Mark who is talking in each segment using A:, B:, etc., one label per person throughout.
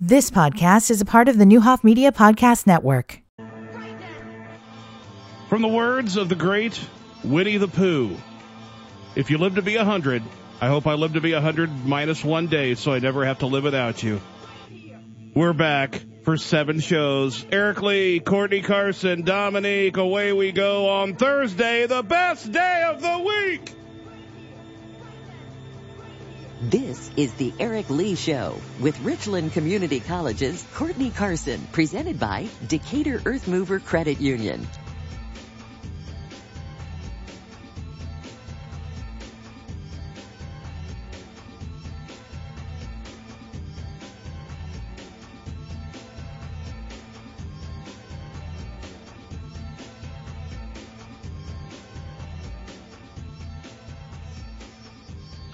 A: This podcast is a part of the Newhoff Media Podcast Network.
B: From the words of the great Winnie the Pooh, if you live to be a hundred, I hope I live to be a hundred minus one day so I never have to live without you. We're back for seven shows. Eric Lee, Courtney Carson, Dominique, away we go on Thursday, the best day of the week!
C: This is the Eric Lee Show with Richland Community College's Courtney Carson, presented by Decatur Earth Mover Credit Union.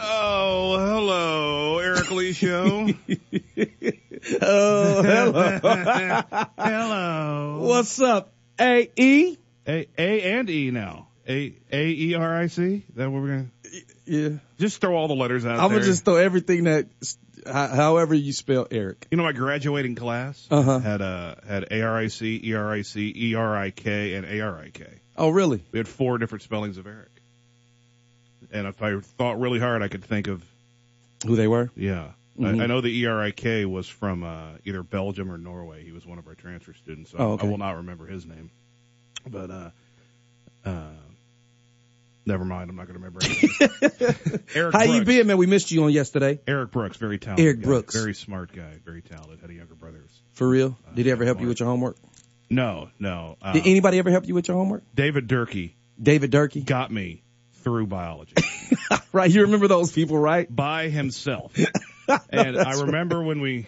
B: Oh, hello, Eric Lee Show.
D: Oh, hello.
B: hello.
D: What's up, E? AE?
B: A, A and E now. A, A E R I C? That what we're gonna?
D: Yeah.
B: Just throw all the letters out there.
D: I'm going to just throw everything that, h- however you spell Eric.
B: You know, my graduating class
D: Uh-huh.
B: had uh, had A R I C, E R I C, E R I K, and A R I K.
D: Oh, really?
B: We had four different spellings of Eric. And if I thought really hard, I could think of
D: Who they were?
B: yeah.
D: Mhm.
B: I, I know the E R I K was from uh, either Belgium or Norway. He was one of our transfer students. So
D: Oh, okay.
B: I will not remember his name, but uh, uh, never mind. I'm not going to remember. anything. Eric
D: How you
B: Brooks.
D: been, man? We missed you on yesterday.
B: Eric Brooks, very talented.
D: Eric
B: guy,
D: Brooks.
B: very smart guy, very talented. Had a younger brother.
D: For real? Uh-uh. Did he ever help you
B: Mark.
D: with your homework?
B: No, no. Uh,
D: Did anybody ever help you with your homework?
B: David Durkee
D: David Durkee?
B: got me through biology
D: Right. You remember those people, right?
B: by himself. and I remember when we,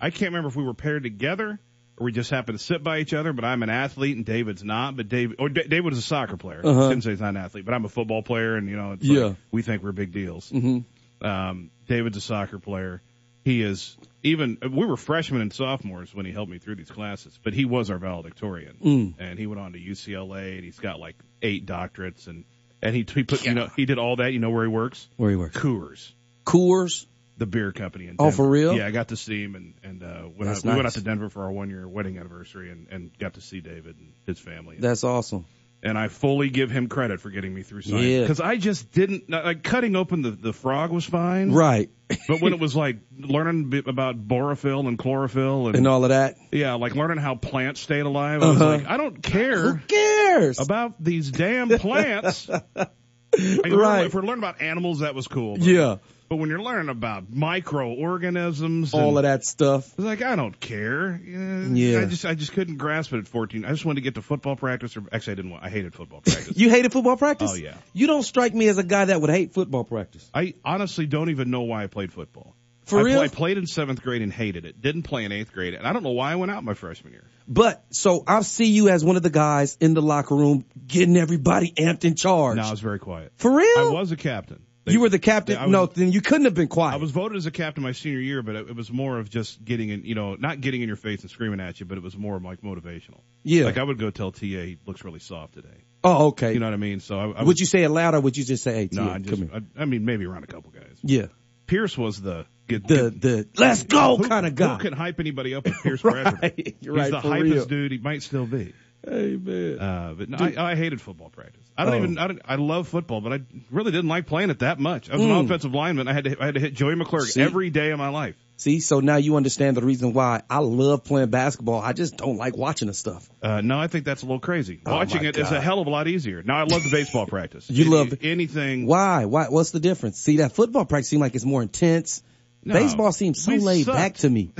B: I can't remember if we were paired together or we just happened to sit by each other, but I'm an athlete and David's not, but David, or Da- David was a soccer player.
D: Uh-huh.
B: Shouldn't say he's not an athlete, but I'm a football player and you know, it's
D: Yeah.
B: like, we think we're big deals.
D: Mm-hmm.
B: Um, David's a soccer player. He is even. We were freshmen and sophomores when he helped me through these classes, but he was our valedictorian,
D: Mm.
B: and he went on to UCLA, and he's got like eight doctorates, and and he, he put you know he did all that. You know where he works?
D: Where he worked?
B: Coors,
D: Coors.
B: the beer company. In
D: Oh,
B: Denver.
D: for real?
B: Yeah, I got to see him, and and uh, went
D: That's
B: out, we went out
D: nice.
B: to Denver for our one year wedding anniversary, and and got to see David and his family.
D: That's awesome.
B: and I fully give him credit for getting me through science
D: Yeah.
B: because I just didn't like cutting open the the frog was fine,
D: Right.
B: but when it was like learning b- about borophyll and chlorophyll and,
D: And all of that.
B: yeah, like learning how plants stayed alive, I was
D: Uh-huh.
B: like, I don't
D: Who
B: care
D: cares?
B: about these damn plants. I mean, if we're-
D: Right.
B: If we're learning about animals, that was cool. But,
D: yeah.
B: But when you're learning about microorganisms,
D: All
B: and,
D: of that stuff.
B: I was like, I don't care.
D: Yeah.
B: I just, I just couldn't grasp it at 14. I just wanted to get to football practice or actually I didn't want, I hated football practice.
D: You hated football practice?
B: Oh, yeah.
D: You don't strike me as a guy that would hate football practice.
B: I honestly don't even know why I played football.
D: For
B: I,
D: real?
B: I played in seventh grade and hated it. Didn't play in eighth grade, and I don't know why I went out my freshman year.
D: But so I see you as one of the guys in the locker room getting everybody amped and charged.
B: No, I was very quiet.
D: For real?
B: I was a captain. They-
D: you were the captain.
B: I was-
D: no, then you couldn't have been quiet.
B: I was voted as a captain my senior year, but it, it was more of just getting in, you know, not getting in your face and screaming at you, but it was more like motivational.
D: yeah.
B: Like I would go tell TA he looks really soft today.
D: oh, okay.
B: You know what I mean? So I, I
D: would you say it loud or would you just say, hey,
B: No,
D: Tia,
B: I just,
D: come here?
B: I, I mean maybe around a couple guys.
D: yeah.
B: Pierce was the get,
D: The,
B: get-
D: the let's go
B: who-
D: kind of guy.
B: Who can hype anybody up? With Pierce Bradford.
D: right.
B: He's
D: You're right.
B: the
D: for
B: hypest
D: real.
B: dude. He might still be.
D: Hey, man.
B: Uh, but no, I, I hated football practice. I don't
D: Oh.
B: even. I, don't, I love football, but I really didn't like playing it that much. I was an offensive lineman. I had to. I had to hit Joey McClurg
D: Hmm. See?
B: every day of my life.
D: See, so now you understand the reason why I love playing basketball. I just don't like watching the stuff.
B: Uh, no, I think that's a little crazy.
D: Oh,
B: Watching
D: my
B: it is a
D: God.
B: hell of a lot easier. Now I love the baseball practice.
D: You
B: Any-
D: love it.
B: anything.
D: Why? Why? What's the difference? See, that football practice seemed like it's more intense.
B: No,
D: Baseball seems so
B: we
D: laid
B: sucked.
D: back to me.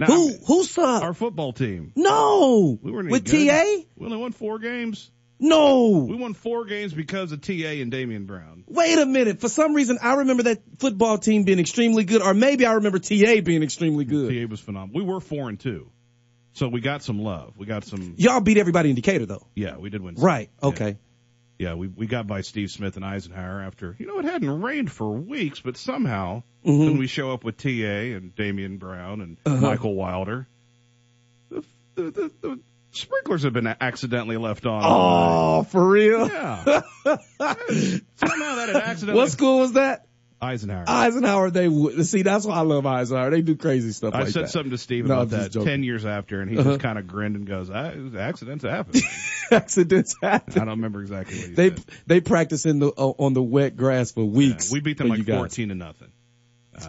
B: Now,
D: Who? Who sucked?
B: Our football team.
D: No.
B: We weren't any
D: With
B: good.
D: TA?
B: We only won four games. We
D: No.
B: won four games because of TA and Damian Brown.
D: Wait a minute. For some reason, I remember that football team being extremely good, or maybe I remember TA being extremely good.
B: TA was phenomenal. We were four and two, so we got some love. We got some.
D: Y'all beat everybody in Decatur though.
B: Yeah, we did win. some.
D: Right. Okay.
B: Yeah, we we got by Steve Smith and Eisenhower after you know it hadn't rained for weeks, but somehow
D: Mm-hmm.
B: when we show up with TA and Damian Brown and
D: Uh-huh.
B: Michael Wilder, the, the, the, the sprinklers have been accidentally left on.
D: Oh, for real?
B: yeah, somehow that had accidentally.
D: What school was that?
B: Eisenhower.
D: Eisenhower, they would. See, that's why I love Eisenhower. They do crazy stuff
B: I
D: like
B: said
D: that.
B: something to Steven
D: No, I'm
B: about
D: just
B: that
D: joking.
B: ten years after, and he
D: Uh-huh.
B: just kind of grinned and goes, "Ah, "Accidents happen."
D: Accidents
B: I
D: happen.
B: don't remember exactly what he
D: They
B: said.
D: they practice in the uh, on the wet grass for
B: Yeah,
D: weeks.
B: we beat them
D: for
B: like
D: you guys.
B: fourteen to nothing.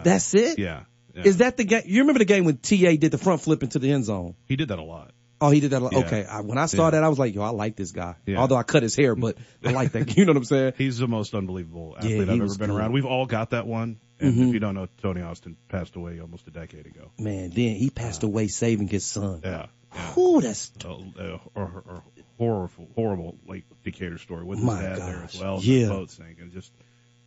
D: That's it.
B: Yeah, yeah.
D: Is that the game? You remember the game when TA did the front flip into the end zone?
B: he did that a lot.
D: Oh, he did that. a lot.
B: Yeah.
D: Okay. I, when I saw
B: Yeah.
D: that, I was like, yo, I like this guy.
B: Yeah.
D: Although I cut his hair, but I like that. You know what I'm saying?
B: He's the most unbelievable
D: Yeah,
B: athlete
D: he
B: I've ever
D: was
B: been
D: good. Mm-hmm.
B: around. We've all got that one. And if you don't know, Tony Austin passed away almost a decade ago.
D: Man, then he passed away saving his son.
B: Yeah.
D: Whew, that's
B: A, a, a, a horrible, horrible like Decatur story with his
D: My
B: dad there
D: gosh.
B: as well.
D: Yeah.
B: The boat sank and just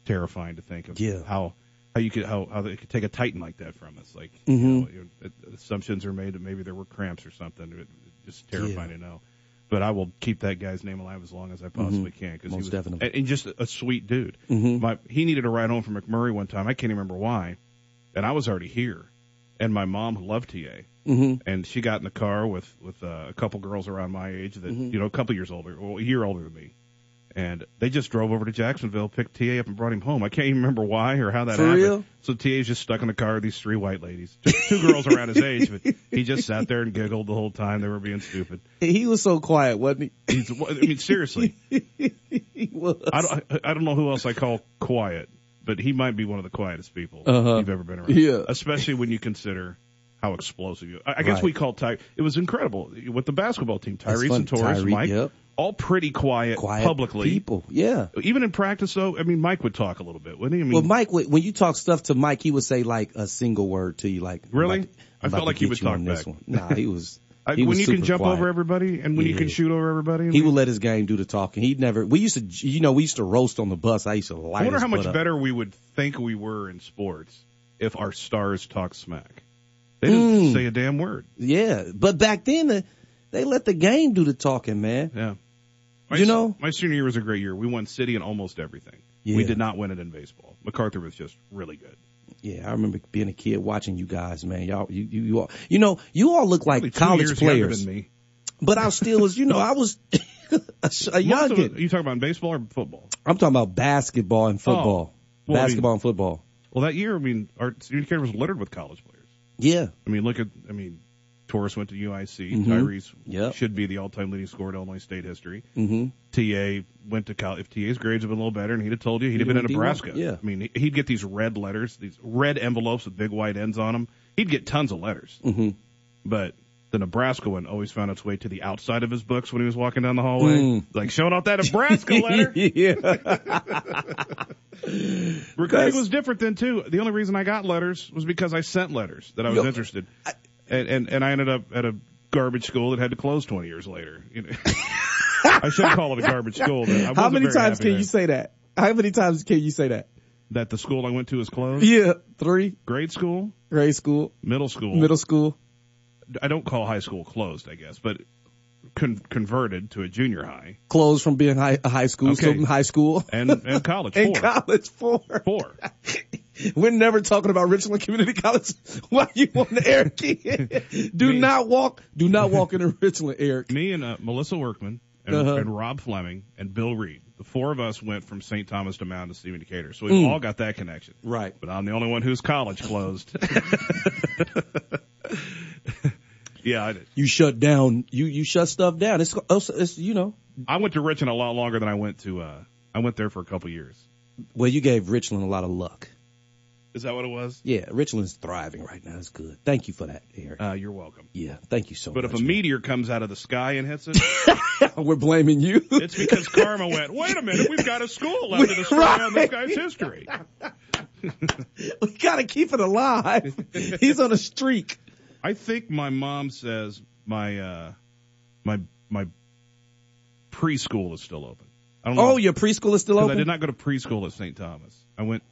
B: terrifying to think of
D: Yeah.
B: how how you could how how they could take a titan like that from us. Like
D: Mhm.
B: you know, your- assumptions are made that maybe there were cramps or something. It, it's just terrifying to know. But I will keep that guy's name alive as long as I possibly can because he
D: Mm-hmm. Most
B: was
D: definitely.
B: and,
D: Mm-hmm.
B: and just a, a sweet dude. My he needed a ride home from McMurray one time. I can't even remember why, and I was already here. And my mom who loved TA,
D: mm-hmm.
B: and she got in the car with with uh, a couple girls around my age that
D: Mm-hmm.
B: you know a couple years older, well, a year older than me, and they just drove over to Jacksonville, picked TA up, and brought him home. I can't even remember why or how that
D: For
B: happened.
D: real?
B: So TA's just stuck in the car with these three white ladies, two, two girls around his age, but he just sat there and giggled the whole time. They were being stupid.
D: he was so quiet, wasn't
B: He's, I mean, seriously.
D: he? He was.
B: I don't, I- I don't know who else I call quiet, but he might be one of the quietest people
D: Uh-huh.
B: you've ever been around.
D: Yeah.
B: Especially when you consider how explosive you. I, I guess
D: Right.
B: we call Ty. It was incredible with the basketball team.
D: That's
B: Tyrese
D: funny.
B: and Torres,
D: Tyree,
B: Mike,
D: yep.
B: all pretty quiet,
D: quiet
B: publicly.
D: people. Yeah.
B: Even in practice, though, I mean, Mike would talk a little bit, wouldn't he? I mean,
D: Well, Mike, when when you talk stuff to Mike, he would say like a single word to you, like
B: Really?
D: I'm about to-
B: I
D: I'm
B: felt
D: about
B: like
D: to
B: he
D: get
B: would
D: you
B: talk
D: on this
B: back.
D: one. Nah, he was.
B: I-
D: he was
B: when you can
D: super
B: jump
D: quiet.
B: over everybody, and when you can
D: Yeah.
B: shoot over everybody, I
D: He
B: mean,
D: would let his game do the talking. He'd never. We used to, you know, we used to roast on the bus. I used to
B: I
D: light.
B: wonder
D: his
B: how
D: butt
B: much
D: up.
B: better we would think we were in sports if our stars talked smack. They didn't
D: Mm.
B: say a damn word.
D: Yeah, but back then uh, they let the game do the talking, man.
B: Yeah. My
D: You
B: s-
D: know-
B: my senior year was a great year. We won city in almost everything. We
D: Yeah.
B: did not win it in baseball. MacArthur was just really good.
D: Yeah, I remember being a kid watching you guys, man. Y'all, you you, you all, you know, you all look like
B: Only two
D: college
B: years younger
D: players,
B: than me.
D: but I still was, you know, I was a, sh-
B: Most
D: a
B: of it-
D: youngin.
B: you talking about baseball or football?
D: I'm talking about basketball and football,
B: Well, I mean-
D: basketball and football.
B: Well, that year, I mean, our senior year was littered with college players.
D: Yeah,
B: I mean, look at, I mean, Torres went to UIC. Tyrese
D: Mm-hmm. Yep.
B: should be the all-time leading scorer in Illinois State history.
D: mm-hmm.
B: TA went to college. If TA's grades had been a little better, and he'd have told you, he'd, have
D: He'd
B: been in
D: have been D1,
B: Nebraska.
D: yeah.
B: I mean, he- he'd get these red letters, these red envelopes with big white ends on them. He'd get tons of letters. Mm-hmm. But the Nebraska one always found its way to the outside of his books when he was walking down the hallway,
D: Mm.
B: like showing off that Nebraska letter.
D: yeah,
B: Recruiting was different then too. The only reason I got letters was because I sent letters that I was
D: Yo,
B: interested, and, and and I ended up at a garbage school that had to close 20 years later. You know. I should call it a garbage school. But I
D: How
B: wasn't
D: many
B: very
D: times
B: happy
D: can
B: there.
D: you say that? How many times can you say that?
B: that the school I went to is closed?
D: Yeah, three,
B: Grade school,
D: grade school,
B: middle school,
D: middle school.
B: I don't call high school closed, I guess, but con- converted to a junior high
D: closed from being high, high school,
B: Okay.
D: still in high school,
B: and and college
D: and
B: four.
D: college four.
B: Four.
D: We're never talking about Richland Community College while you on the air, kid. Do
B: Me-
D: not walk, do not walk into Richland, Eric.
B: Me and uh, Melissa Workman and,
D: Uh-huh.
B: and Rob Fleming and Bill Reed. The four of us went from St. Thomas to Mound to Stephen Decatur, so we've all got that connection.
D: Mm. Right.
B: But I'm the only one who's college closed. yeah, I, did.
D: You shut down, you, you shut stuff down. It's, it's, it's, you know,
B: I went to Richmond a lot longer than I went to. uh I went there for a couple years.
D: well, you gave Richland a lot of luck.
B: Is that what it was?
D: Yeah, Richland's thriving right now. It's good. Thank you for that, Eric.
B: Uh, you're welcome.
D: yeah, thank you so
B: But
D: much.
B: if a meteor comes out of the sky and hits it,
D: man. we're blaming you.
B: It's because karma went, wait a minute, we've got a school left to destroy on this guy's history.
D: we gotta keep it alive. He's on a streak.
B: I think my mom says my, uh, my, my preschool is still open. I don't know.
D: Oh, your preschool is still
B: 'cause I
D: open?
B: did not go to preschool at St. Thomas. I went,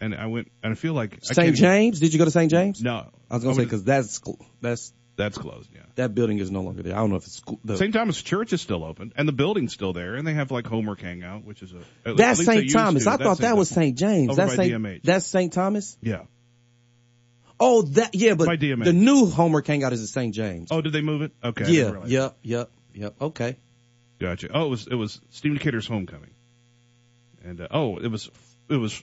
B: and I went, and I feel like. I can't
D: St.
B: even-
D: James? Did you go to St. James?
B: No.
D: I was gonna say
B: went to-
D: 'cause that's cool. that's
B: That's closed, yeah.
D: that building is no longer there. I don't know if it's school. The,
B: St. Thomas Church is still open, and the building's still there, and they have like homework hangout, which is a. at
D: that's
B: least they
D: St.
B: used
D: Thomas.
B: to.
D: I
B: That's
D: thought that was St. James.
B: Over
D: that's
B: by
D: St.
B: DMH.
D: That's St. Thomas.
B: Yeah.
D: Oh, that yeah, but
B: By DMH.
D: the new homework hangout is at St. James.
B: Oh, did they move it? Okay. I didn't
D: yeah,
B: realize.
D: yep, yep, yep. Okay.
B: Gotcha. Oh, it was it was Steve Decatur's homecoming, and uh, oh, it was it was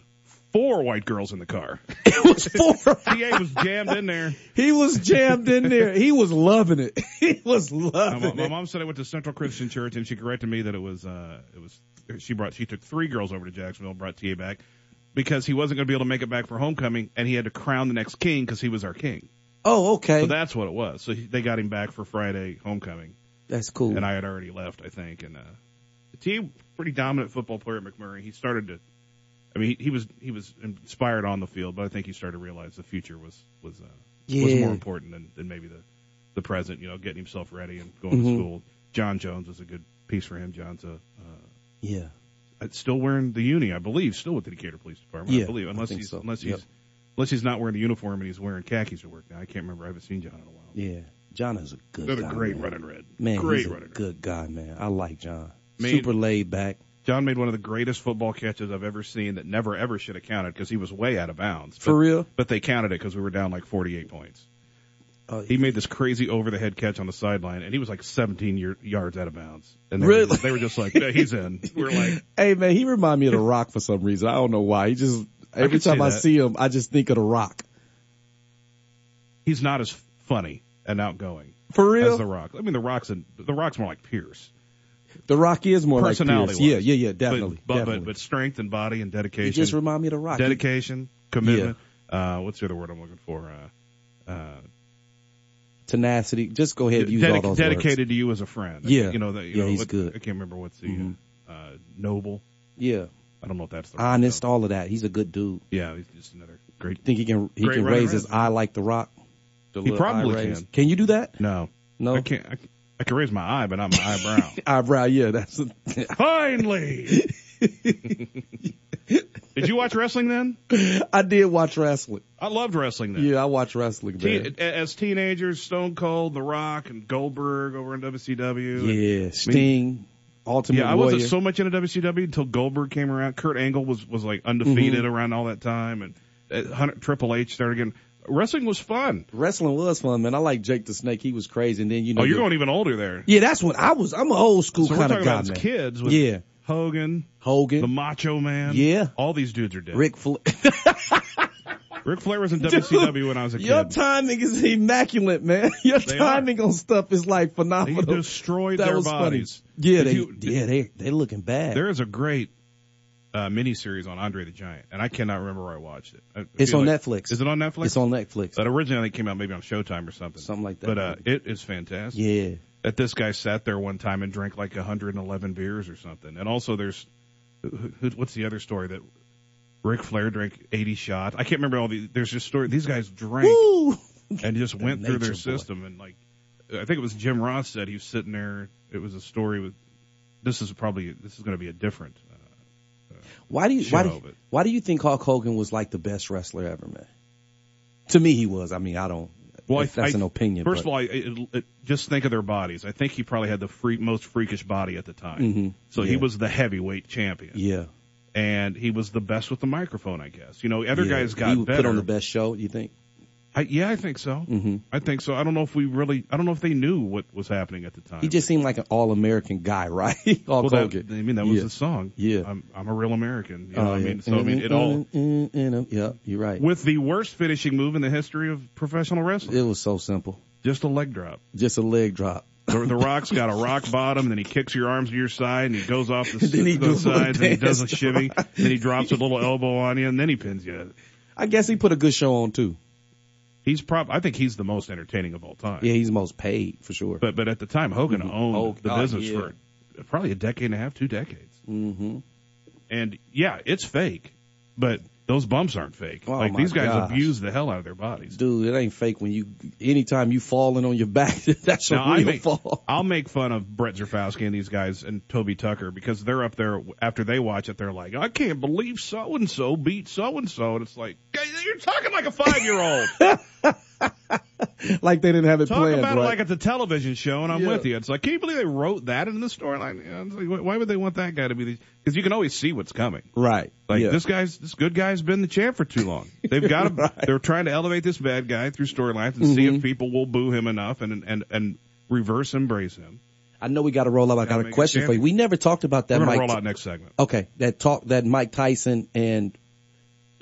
B: four white girls in the car.
D: It was four.
B: TA was jammed in there.
D: He was jammed in there. He was loving it. He was
B: My,
D: loving
B: mo-
D: it.
B: my mom said I went to Central Christian Church, and she corrected me that it was uh, it was she brought she took three girls over to Jacksonville, brought TA back because he wasn't going to be able to make it back for homecoming, and he had to crown the next king because he was our king.
D: Oh, okay.
B: So that's what it was. So he, they got him back for Friday homecoming,
D: That's cool.
B: and I had already left, I think. And uh, T pretty dominant football player at McMurray. He started to. I mean, he, he was he was inspired on the field, but I think he started to realize the future was was uh, was
D: Yeah.
B: more important than, than maybe the the present. You know, getting himself ready and going to
D: Mhm.
B: school. John Jones was a good piece for him. John's a uh,
D: yeah.
B: still wearing the uni, I believe, still with the Decatur Police Department. I
D: Yeah,
B: believe,
D: I
B: unless
D: think
B: he's
D: so.
B: unless he's
D: Yep.
B: unless he's not wearing the uniform and he's wearing khakis to work now. I can't remember. I haven't seen John in a while.
D: Yeah. John is a good
B: Another
D: guy.
B: great
D: man.
B: running red.
D: Man,
B: great
D: he's a
B: running red.
D: good guy, man. I like John.
B: Man.
D: Super laid back.
B: John made one of the greatest football catches I've ever seen that never ever should have counted because he was way out of bounds. But,
D: For real?
B: But they counted it because we were down like 48 points.
D: Uh,
B: He made this crazy over the head catch on the sideline and he was like 17 year, yards out of bounds. And they, were
D: Really?
B: just, they were just like, "No, he's in. We're like,
D: hey, man, he remind me of The Rock for some reason. I don't know why. He just, every
B: can see
D: time I
B: that.
D: see him, I just think of The Rock.
B: he's not as funny and outgoing
D: For real?
B: as The Rock. I mean, The Rock's, in, The Rock's more like Pierce.
D: The Rock is more like
B: Personality
D: Pierce.
B: wise.
D: Yeah, yeah, yeah,
B: But-
D: definitely.
B: But,
D: definitely.
B: But, but strength and body and dedication.
D: he just remind me of The Rock. He-
B: dedication, commitment. Uh, what's the other word I'm looking for? Uh, uh,
D: tenacity. Just go ahead and use
B: Dedic-
D: all those
B: dedicated
D: words.
B: to you as a friend.
D: Yeah.
B: you know that. You
D: Yeah,
B: know,
D: he's
B: what-
D: good.
B: I can't remember what's the
D: Mhm.
B: uh, uh, noble.
D: Yeah.
B: I don't know if that's the
D: Honest,
B: Right,
D: all of that. He's a good dude.
B: though. yeah, he's just another great.
D: Think he can he
B: Great
D: can
B: running
D: raise his
B: around.
D: eye like The Rock? The
B: He
D: little
B: probably
D: eye raise.
B: can.
D: Can you do that?
B: No,
D: No.
B: I can't. I, I can raise my eye, but not my eyebrow.
D: Eyebrow, yeah, that's
B: Finally. Did you watch wrestling then?
D: I did watch wrestling.
B: I loved wrestling then.
D: Yeah, I watch wrestling,
B: Te-
D: man.
B: as teenagers, Stone Cold, The Rock, and Goldberg over in WCW. and-
D: Yeah, Sting, Ultimate
B: Yeah, I
D: Warrior.
B: wasn't so much into WCW until Goldberg came around. Kurt Angle was was like undefeated
D: Mm-hmm.
B: around all that time, and uh, Hunter, Triple H started getting wrestling was fun.
D: wrestling was fun, man. I like Jake the Snake. He was crazy, and then you know.
B: Oh, you're
D: the-
B: going even older there.
D: Yeah, that's what I was. I'm an old school
B: so we're
D: kind
B: talking
D: of guy,
B: about as
D: man.
B: kids with
D: Yeah,
B: Hogan,
D: Hogan,
B: the Macho Man.
D: Yeah.
B: all these dudes are dead. Rick,
D: Rick Flair.
B: Flair was in WCW when I was a
D: Your
B: kid.
D: timing is immaculate, man. Your
B: They are.
D: timing on stuff is like
B: they
D: phenomenal.
B: destroyed
D: that
B: their
D: was
B: bodies.
D: funny. Yeah,
B: Did
D: they,
B: you-
D: yeah, they, they looking bad.
B: There is a great uh, miniseries on Andre the Giant, and I cannot remember where I watched it. I- I
D: It's
B: feel
D: on
B: like-
D: Netflix.
B: Is it on Netflix?
D: It's on Netflix.
B: That originally I think came out maybe on Showtime or something.
D: Something like that.
B: But uh, it is fantastic.
D: yeah.
B: that this guy sat there one time and drank like 111 beers or something. And also, there's who, who, what's the other story that Ric Flair drank 80 shots? I can't remember all the. There's just story. These guys drank
D: Woo!
B: and just went through their
D: nature boy.
B: system and like I think it was Jim Ross said he was sitting there. It was a story with. This is probably this is going to be a different. Uh,
D: Why do you why do,
B: Show,
D: you-
B: but-
D: why do you think Hulk Hogan was like the best wrestler ever, man? To me, he was. I mean, I don't.
B: well, I-
D: that's that's
B: I-
D: an opinion.
B: First
D: but-
B: of all, I, it, it, just think of their bodies. I think he probably had the freak, most freakish body at the time.
D: Mhm.
B: So he
D: Yeah.
B: was the heavyweight champion.
D: yeah,
B: and he was the best with the microphone, I guess. You know, other
D: yeah.
B: guys got
D: he would
B: better.
D: put on the best show. You think?
B: I, yeah, I think so.
D: hmm
B: I think so. I don't know if we really, I don't know if they knew what was happening at the time.
D: He just seemed like an all-American guy, right? Hulk
B: well, that, I
D: Hogan.
B: mean, that was
D: Yeah.
B: the song.
D: Yeah.
B: I'm, I'm a real American. You know
D: Oh,
B: what I
D: yeah.
B: mean? So, I mean, it all,
D: Mm, mm, mm, mm, Yeah, you're right.
B: with the worst finishing move in the history of professional wrestling,
D: It was so simple.
B: just a leg drop.
D: Just a leg drop.
B: The, the Rock's got a rock bottom, then he kicks your arms to your side, and he goes off the,
D: Then he
B: both
D: do a little
B: sides, and he does a
D: dance to
B: shimmy, then he drops a little elbow on you, and then he pins you.
D: I guess he put a good show on too.
B: He's prob, I think he's the most entertaining of all time.
D: Yeah, he's most paid for sure.
B: But but at the time, Hogan owned
D: Hogan.
B: the
D: Oh,
B: business
D: yeah.
B: for probably a decade and a half, two decades.
D: hmm
B: And yeah, it's fake, but those bumps aren't fake.
D: Oh,
B: like
D: my
B: these guys
D: gosh.
B: abuse the hell out of their bodies.
D: Dude, it ain't fake when you anytime you falling on your back, that's a
B: Now, I
D: real
B: make,
D: fall.
B: I'll make fun of Brett Zerfowski and these guys and Toby Tucker because they're up there after they watch it. They're like, I can't believe so and so beat so and so, and it's like, "Guys, you're talking like a five year old.
D: Like they didn't have it
B: Talk
D: planned,
B: about it
D: right?
B: like it's a television show, and I'm
D: Yeah.
B: with you. It's like, can you believe they wrote that in the storyline? You know, it's like, why- Why would they want that guy to be? Because you can always see what's coming.
D: right.
B: Like
D: yeah.
B: this guy's this good guy's been the champ for too long. They've got to they're trying to elevate this bad guy through storylines and see
D: Mm-hmm.
B: if people will boo him enough and and and reverse embrace him.
D: I know we got to roll up. I got
B: make
D: a
B: a
D: question for you.
B: champion.
D: We never talked about that
B: We're gonna
D: Mike.
B: roll out next segment.
D: Okay, that talk that Mike Tyson and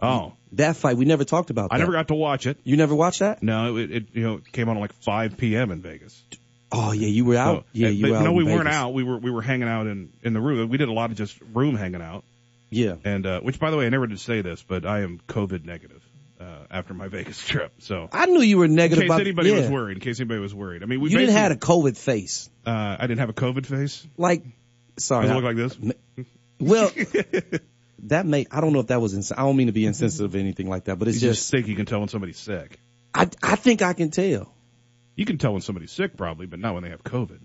B: Oh,
D: That fight, we never talked about that.
B: I never got to watch it.
D: You never watched that?
B: No, it, it you know it came on at like 5 p.m. in Vegas.
D: Oh yeah, you were out.
B: So-
D: yeah,
B: and-
D: you
B: but
D: were out.
B: no,
D: in
B: we
D: Vegas.
B: weren't out. We were we were hanging out in in the room. We did a lot of just room hanging out.
D: Yeah.
B: And uh, which, by the way, I never did say this, but I am COVID negative uh, after my Vegas trip. So
D: I knew you were
B: in
D: negative
B: case
D: about
B: anybody
D: yeah.
B: was worried, in case anybody was worried, I mean, we
D: You didn't
B: basically-
D: had a COVID face.
B: uh, I didn't have a COVID face.
D: Like sorry.
B: Does it
D: I-
B: look like this?
D: well that may I don't know if that was ins- I don't mean to be insensitive or anything like that, but it's
B: You
D: just
B: just think you can tell when somebody's sick.
D: I I think I can tell.
B: You can tell when somebody's sick, probably, but not when they have COVID.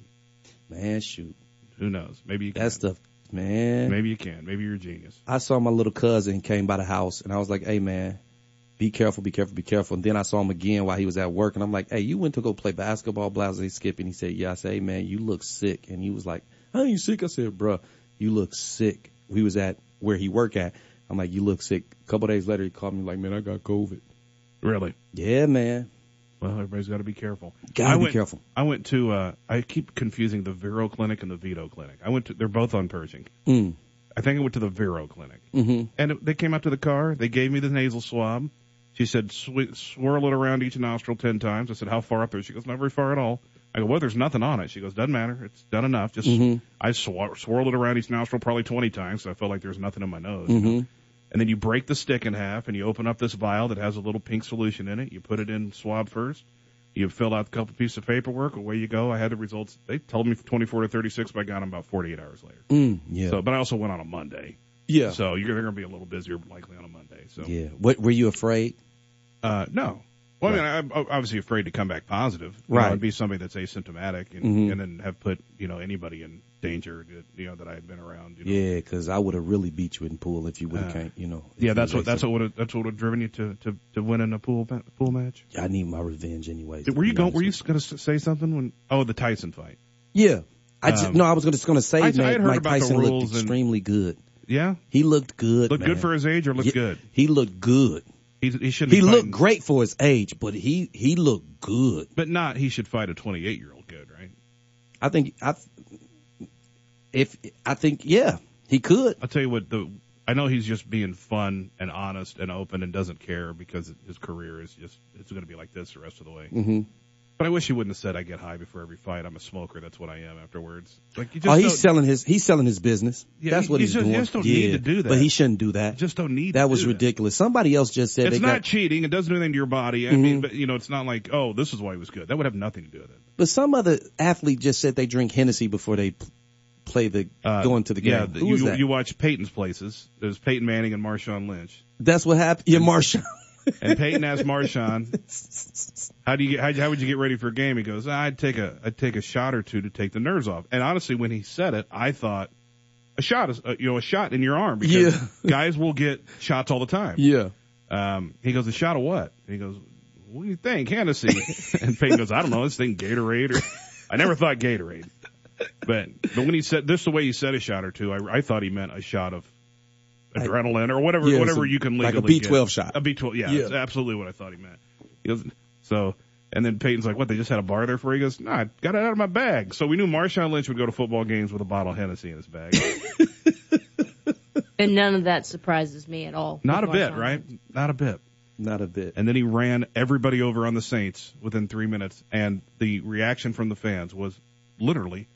D: Man, shoot.
B: Who knows? Maybe you can.
D: That stuff man.
B: Maybe you can. Maybe you're a genius.
D: I saw my little cousin came by the house and I was like, Hey man, be careful, be careful, be careful. And then I saw him again while he was at work and I'm like, Hey, you went to go play basketball, blouse he skip and he said, Yeah, I said, Hey man, you look sick and he was like, I ain't sick. I said, Bruh, you look sick. We was at where he work at. I'm like, You look sick. A couple days later he called me like, Man, I got COVID.
B: Really?
D: Yeah, man.
B: Well, everybody's got to be careful.
D: Gotta
B: I
D: be
B: went,
D: careful.
B: I went to. Uh, I keep confusing the Vero Clinic and the Veto Clinic. I went to. They're both on Pershing.
D: Mm.
B: I think I went to the Vero Clinic.
D: hmm
B: And it- they came out to the car. They gave me the nasal swab. She said, Sw- swirl it around each nostril 10 times. I said, how far up there? She goes, not very far at all. I go, well, there's nothing on it. She goes, doesn't matter. It's done enough. Just, I swir- swirled it around each nostril probably 20 times. So I felt like there was nothing in my nose.
D: Mm-hmm.
B: you know? And then you break the stick in half and you open up this vial that has a little pink solution in it. You put it in swab first. You fill out a couple pieces of paperwork. Away you go. I had the results. They told me 24 to 36, but I got them about 48 hours later.
D: Mm, yeah.
B: So, but I also went on a Monday.
D: yeah.
B: So you're they're gonna be a little busier likely on a Monday. So
D: yeah. What were you afraid?
B: uh, no. Well, I mean, I'm obviously afraid to come back positive. You know,
D: Right.
B: I'd be somebody that's asymptomatic and,
D: Mhm.
B: and then have put you know anybody in danger. that, You know that I had been around. You know.
D: Yeah, 'cause I would have really beat you in pool if you would have
B: Uh,
D: came, you know. if
B: Yeah,
D: you
B: that's
D: was
B: what that's what would've- that's what would have driven you to to to win in a pool ma- pool match.
D: I need my revenge anyways.
B: Were you
D: to be
B: going? Were you
D: honest
B: going to say something when? Oh, the Tyson fight.
D: with you? Yeah. I just,
B: Um,
D: no, I was just gonna say,
B: I- I
D: man,
B: had heard
D: Mike
B: about the
D: Tyson
B: rules
D: looked
B: and-
D: extremely good.
B: Yeah,
D: He looked good.
B: looked good
D: man.
B: for his age or looked
D: Yeah,
B: good.
D: He looked good.
B: He he shouldn't.
D: He
B: be
D: looked
B: fighting-
D: great for his age, but he he looked good.
B: but not. He should fight a 28 year old good, right?
D: I think I if I think yeah he could.
B: I'll tell you what the I know he's just being fun and honest and open and doesn't care because his career is just it's going to be like this the rest of the way.
D: Mm-hmm.
B: But I wish he wouldn't have said I get high before every fight. I'm a smoker. That's what I am afterwards. Like you just
D: Oh,
B: don't,
D: he's selling his he's selling his business.
B: Yeah,
D: That's
B: you-
D: what
B: you
D: he's
B: just- you
D: doing.
B: just don't
D: yeah,
B: need to do that.
D: But he shouldn't do that.
B: just don't need. to
D: that was
B: do
D: ridiculous. Somebody else just said
B: It's
D: they
B: not
D: got
B: cheating. It doesn't do anything to your body. I
D: Mhm.
B: mean, but you know, it's not like oh, this is why he was good. That would have nothing to do with it.
D: But some other athlete just said they drink Hennessy before they p- play the
B: Uh,
D: go into the game.
B: yeah,
D: Who
B: you
D: was that?
B: you watch Peyton's places. There's Peyton Manning and Marshawn Lynch,
D: That's what happened. Yeah, Marshawn.
B: and Peyton asked Marshawn, How do you get, how, how would you get ready for a game? He goes, "Ah, I'd take a, I'd take a shot or two to take the nerves off. And honestly, when he said it, I thought a shot is, uh, you know, a shot in your arm because
D: Yeah.
B: guys will get shots all the time.
D: yeah.
B: Um, he goes, a shot of what? And he goes, what do you think? Hennessy. and Peyton goes, I don't know. This thing Gatorade or I never thought Gatorade, but, but when he said this, the way he said a shot or two, I, I thought he meant a shot of adrenaline or whatever,
D: Yeah,
B: whatever
D: some-
B: you can
D: like a
B: legally
D: B12
B: get.
D: shot.
B: A B12. Yeah,
D: Yeah.
B: That's absolutely what I thought he meant. He goes, so, and then Peyton's like, what? They just had a bar there for you? He goes, nah, I got it out of my bag. So we knew Marshawn Lynch would go to football games with a bottle of Hennessy in his bag.
E: And none of that surprises me at all.
B: Not a
E: with
B: bit,
E: Marshawn.
B: right? Not a bit.
D: Not a bit.
B: And then he ran everybody over on the Saints within three minutes, and the reaction from the fans was literally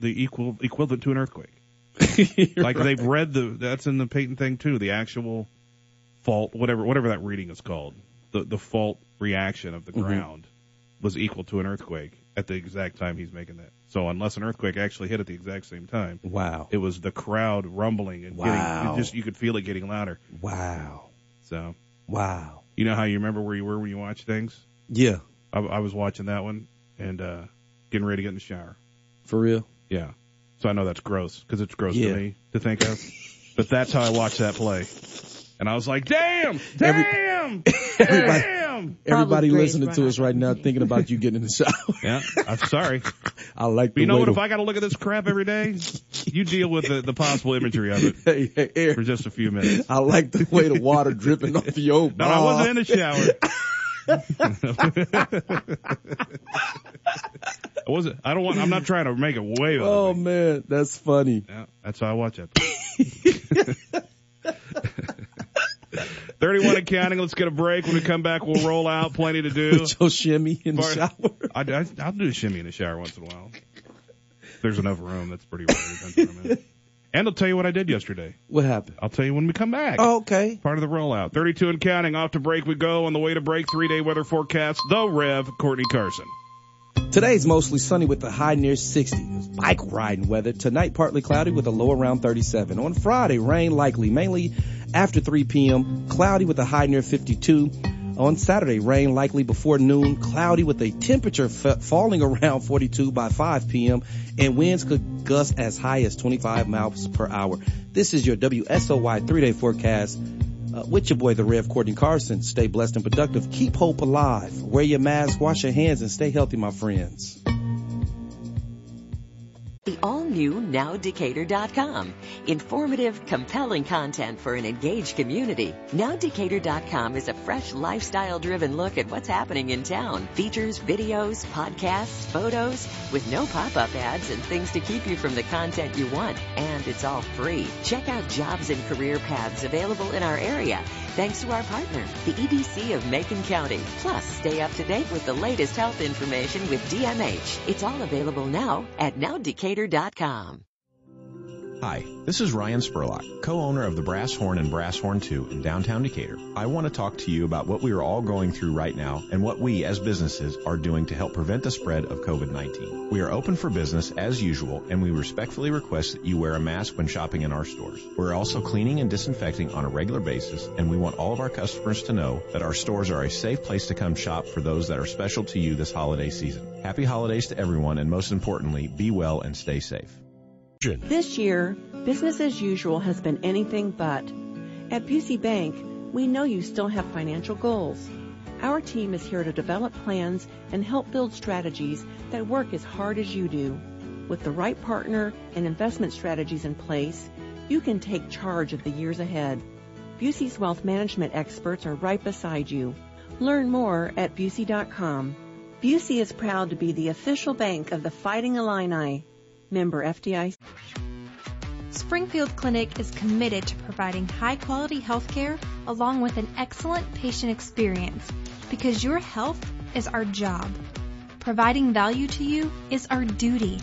B: the equal equivalent to an earthquake. like they've read the that's in the Peyton thing too. The actual fault, whatever whatever that reading is called, the the fault reaction of the ground was equal to an earthquake at the exact time he's making that. So unless an earthquake actually hit at the exact same time,
D: Wow.
B: it was the crowd rumbling and getting
D: Wow.
B: it just you could feel it getting louder.
D: Wow.
B: So
D: Wow.
B: you know how you remember where you were when you watch things.
D: Yeah.
B: I, I was watching that one and uh getting ready to get in the shower.
D: For real.
B: Yeah. So I know that's gross because it's gross
D: Yeah.
B: to me to think of. but that's how I watched that play. And I was like, damn,
D: Every-
B: damn,
D: Everybody-
B: damn.
D: Everybody
E: great
D: listening to
E: runner.
D: us right now thinking about you getting in the shower.
B: Yeah, I'm sorry.
D: I like
B: But
D: the
B: you know
D: way
B: what? If
D: the-
B: I got to look at this crap every day, you deal with the, the possible imagery of it
D: Hey, hey,
B: for
D: Eric,
B: just a few minutes.
D: I like the way the water dripping off your
B: No, I wasn't in the shower. I wasn't. I don't want. I'm not trying to make it way. out of
D: Oh
B: me.
D: man, that's funny.
B: Yeah, that's how I watch it. 31 and counting. Let's get a break. When we come back, we'll roll out. Plenty to do.
D: With your shimmy in the
B: Bar-
D: shower.
B: I, I, I'll do a shimmy in the shower once in a while. If There's enough room. That's pretty rare. Depends where I'm at. And I'll tell you what I did yesterday.
D: What happened?
B: I'll tell you when we come back.
D: Oh. okay.
B: Part of the rollout. 32 and counting. Off to break we go. On the way to break, three day weather forecast. The Rev, Courtney Carson.
D: Today's mostly sunny with a high near 60. It's bike riding weather. Tonight, partly cloudy with a low around 37. On Friday, rain likely, mainly after 3 p.m. Cloudy with a high near 52. On Saturday, rain likely before noon. Cloudy with a temperature fa- falling around 42 by 5 p.m. And winds could gust as high as 25 miles per hour. This is your WSOY three-day forecast. Uh, with your boy, the Rev Courtney Carson. Stay blessed and productive. Keep hope alive. Wear your mask, wash your hands, and stay healthy, my friends.
C: The all-new NowDecatur.com. Informative, compelling content for an engaged community. NowDecatur.com is a fresh, lifestyle-driven look at what's happening in town. Features, videos, podcasts, photos, with no pop-up ads and things to keep you from the content you want. And it's all free. Check out jobs and career paths available in our area. Thanks to our partner, the EDC of Macon County. Plus, stay up to date with the latest health information with DMH. It's all available now at nowdecatur.com.
F: Hi, this is Ryan Spurlock, co-owner of the Brass Horn and Brass Horn 2 in downtown Decatur. I want to talk to you about what we are all going through right now and what we as businesses are doing to help prevent the spread of COVID-19. We are open for business as usual and we respectfully request that you wear a mask when shopping in our stores. We're also cleaning and disinfecting on a regular basis and we want all of our customers to know that our stores are a safe place to come shop for those that are special to you this holiday season. Happy holidays to everyone and most importantly, be well and stay safe.
G: This year, business as usual has been anything but. At PC Bank, we know you still have financial goals. Our team is here to develop plans and help build strategies that work as hard as you do. With the right partner and investment strategies in place, you can take charge of the years ahead. Busey's wealth management experts are right beside you. Learn more at Busey.com. Busey is proud to be the official bank of the Fighting Illini. Member FDIC.
H: Springfield Clinic is committed to providing high quality healthcare along with an excellent patient experience because your health is our job. Providing value to you is our duty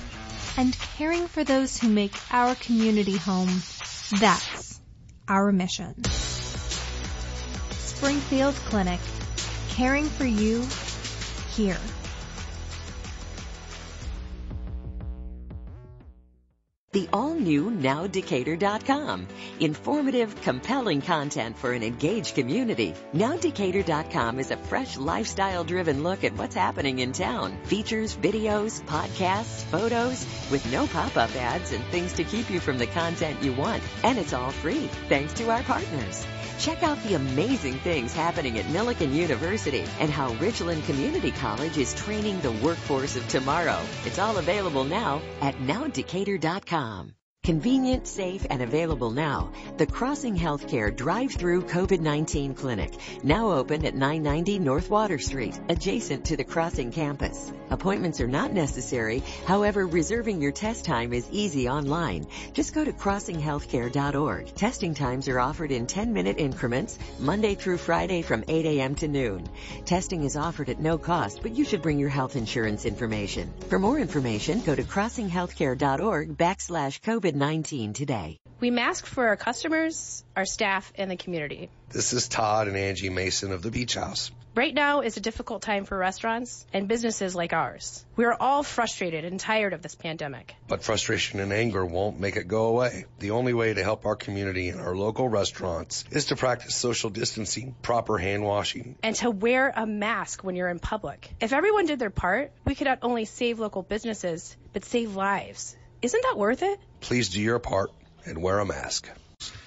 H: and caring for those who make our community home. That's our mission. Springfield Clinic, caring for you here.
C: The all-new NowDecatur.com. Informative, compelling content for an engaged community. NowDecatur.com is a fresh, lifestyle-driven look at what's happening in town. Features, videos, podcasts, photos, with no pop-up ads and things to keep you from the content you want. And it's all free, thanks to our partners. Check out the amazing things happening at Millikan University and how Richland Community College is training the workforce of tomorrow. It's all available now at nowdecatur.com. Convenient, safe, and available now. The Crossing Healthcare Drive-Through COVID-19 Clinic, now open at 990 North Water Street, adjacent to the Crossing campus. Appointments are not necessary. However, reserving your test time is easy online. Just go to crossinghealthcare.org. Testing times are offered in 10-minute increments, Monday through Friday from 8 a.m. to noon. Testing is offered at no cost, but you should bring your health insurance information. For more information, go to crossinghealthcare.org backslash COVID-19 today.
I: We mask for our customers, our staff, and the community.
J: This is Todd and Angie Mason of the Beach House.
I: Right now is a difficult time for restaurants and businesses like ours. We are all frustrated and tired of this pandemic.
J: But frustration and anger won't make it go away. The only way to help our community and our local restaurants is to practice social distancing, proper hand washing.
I: And to wear a mask when you're in public. If everyone did their part, we could not only save local businesses, but save lives. Isn't that worth it?
J: Please do your part and wear a mask.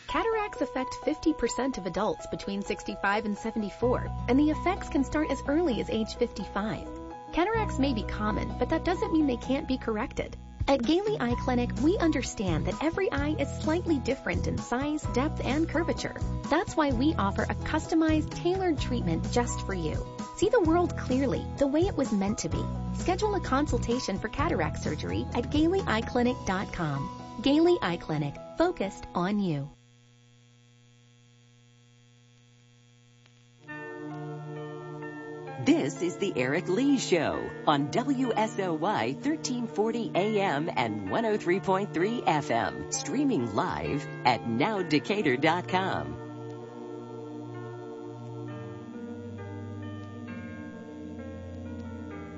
K: Cataracts affect 50% of adults between 65 and 74, and the effects can start as early as age 55. Cataracts may be common, but that doesn't mean they can't be corrected. At Gailey Eye Clinic, we understand that every eye is slightly different in size, depth, and curvature. That's why we offer a customized, tailored treatment just for you. See the world clearly, the way it was meant to be. Schedule a consultation for cataract surgery at GaileyEyeClinic.com. Gailey Eye Clinic, focused on you.
C: This is the Eric Lee Show on WSOY 1340 AM and 103.3 FM, streaming live at nowdecatur.com.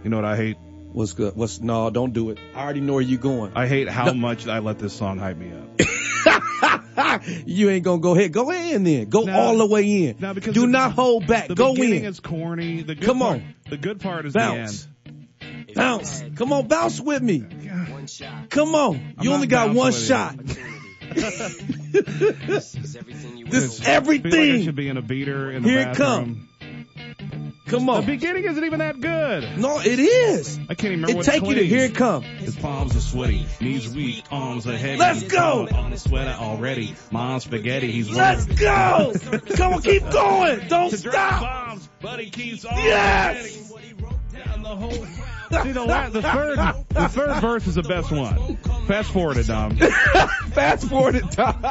B: You know what I hate?
D: What's good? What's no? Don't do it. I already know where you're going.
B: I hate how much I let this song hype me up.
D: you ain't gonna go ahead. Go in then. Go
B: No.
D: all the way in.
B: No, because
D: do
B: the-
D: not hold back.
B: The
D: go
B: beginning
D: in.
B: is corny. The good
D: Come
B: part-
D: on.
B: The good part is
D: bounce. Bounce. Come on, bounce with me. Come on. You
B: I'm
D: only
B: not
D: got
B: bouncing
D: one
B: with you.
D: shot.
B: the end.
D: this is
B: I feel like I
D: everything.
B: should be in a beater in the
D: Here it
B: bathroom.
D: come. Come on.
B: The beginning isn't even that good.
D: No, it is.
B: I can't even remember
D: It
B: what
D: take you to
B: cleans.
D: here it come.
B: His palms are sweaty, knees weak, arms are heavy.
D: Let's go!
B: On his sweater already, mom's spaghetti. He's
D: Let's
B: wet.
D: go. Come on, keep going. Don't
B: To drop
D: stop.
B: bombs, but he keeps on
D: Yes.
B: getting the whole crowd. See the, la- the third, the third verse is the best one. Fast forward it, Dom.
D: Fast forward it, Tom.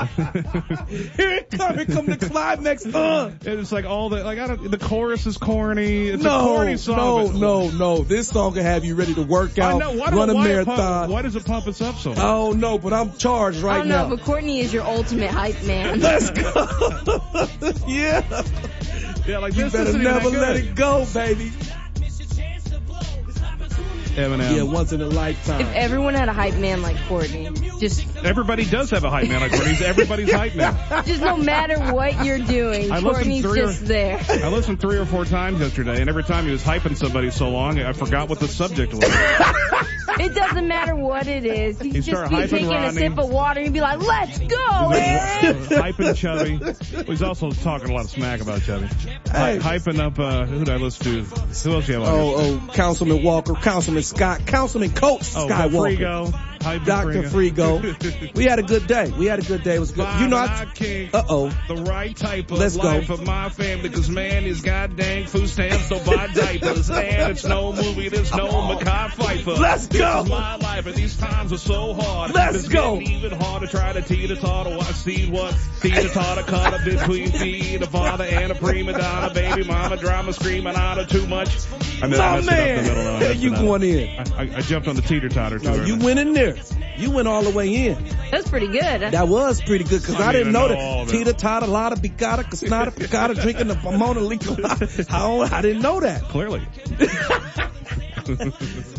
D: Here it come. Here come the climax. Uh.
B: And it's like all the like I don't, the chorus is corny. It's a
D: No,
B: corny song.
D: no,
B: but-
D: no, no. This song can have you ready to work
B: I
D: out,
B: know. Why, do-
D: run a
B: why it
D: marathon. Uh,
B: Pump, why does it pump us up so much?
D: I don't know, but I'm charged
E: I
D: right
E: don't know,
D: now.
E: but Courtney is your ultimate hype man.
D: Let's go. yeah.
B: yeah, like
D: You
B: this
D: better
B: isn't even
D: never
B: that
D: let
B: good.
D: it go, baby.
B: Eminem.
D: Yeah, once in a lifetime.
E: If everyone had a hype man like Courtney, just
B: Everybody does have a hype man like Courtney's. Everybody's hype man.
E: just no matter what you're doing,
B: I listened
E: Courtney's
B: through-
E: just there.
B: I listened three or four times yesterday, and every time he was hyping somebody so long, I forgot what the subject was.
E: It doesn't matter what it is. He'd
B: He
E: just
B: started
E: be
B: hyping
E: taking a
B: Ronnie.
E: sip of water and he'd be like, "Let's go, Eric."
B: hyping Chubby. He's also talking a lot of smack about Chubby. Hy-
D: Hey.
B: hyping up, uh, who did I listen to? Who else you have on here?
D: Oh, oh, Councilman Walker, Councilman Scott, Councilman Coach
B: Oh,
D: Skywalker,
B: Frigo. Hyping
D: Dr. Frigo. we had a good day. We had a good day. It was good. You know, I, Uh,
B: Five-eyed king,
D: uh-oh.
B: The right type of
D: Let's go.
B: life for my family, cause man is goddamn food stamps, don't buy diapers, and it's no movie, there's no Makai Pfeiffer.
D: Let's go.
B: This is my life, and these times are so hard.
D: Let's
B: It's
D: go.
B: getting Even harder, try to teeter totter, I see what teeter totter caught up between feet, a father and a prima donna, baby mama drama screaming out of too much. I mean, I
D: my
B: messed it up in the middle. I
D: man,
B: messed it
D: you
B: up.
D: going in.
B: I, I, I jumped on the teeter totter too.
D: No,
B: early.
D: you went in there. You went all the way in.
E: That's pretty good.
D: That was pretty good because
B: I
D: I,
B: need to
D: didn't know
B: know all
D: that.
B: that.
D: Tita Tata, Lada, Bigata, Casnada, Picata, drinking the Mona Lisa. I, don't- I didn't know that.
B: Clearly.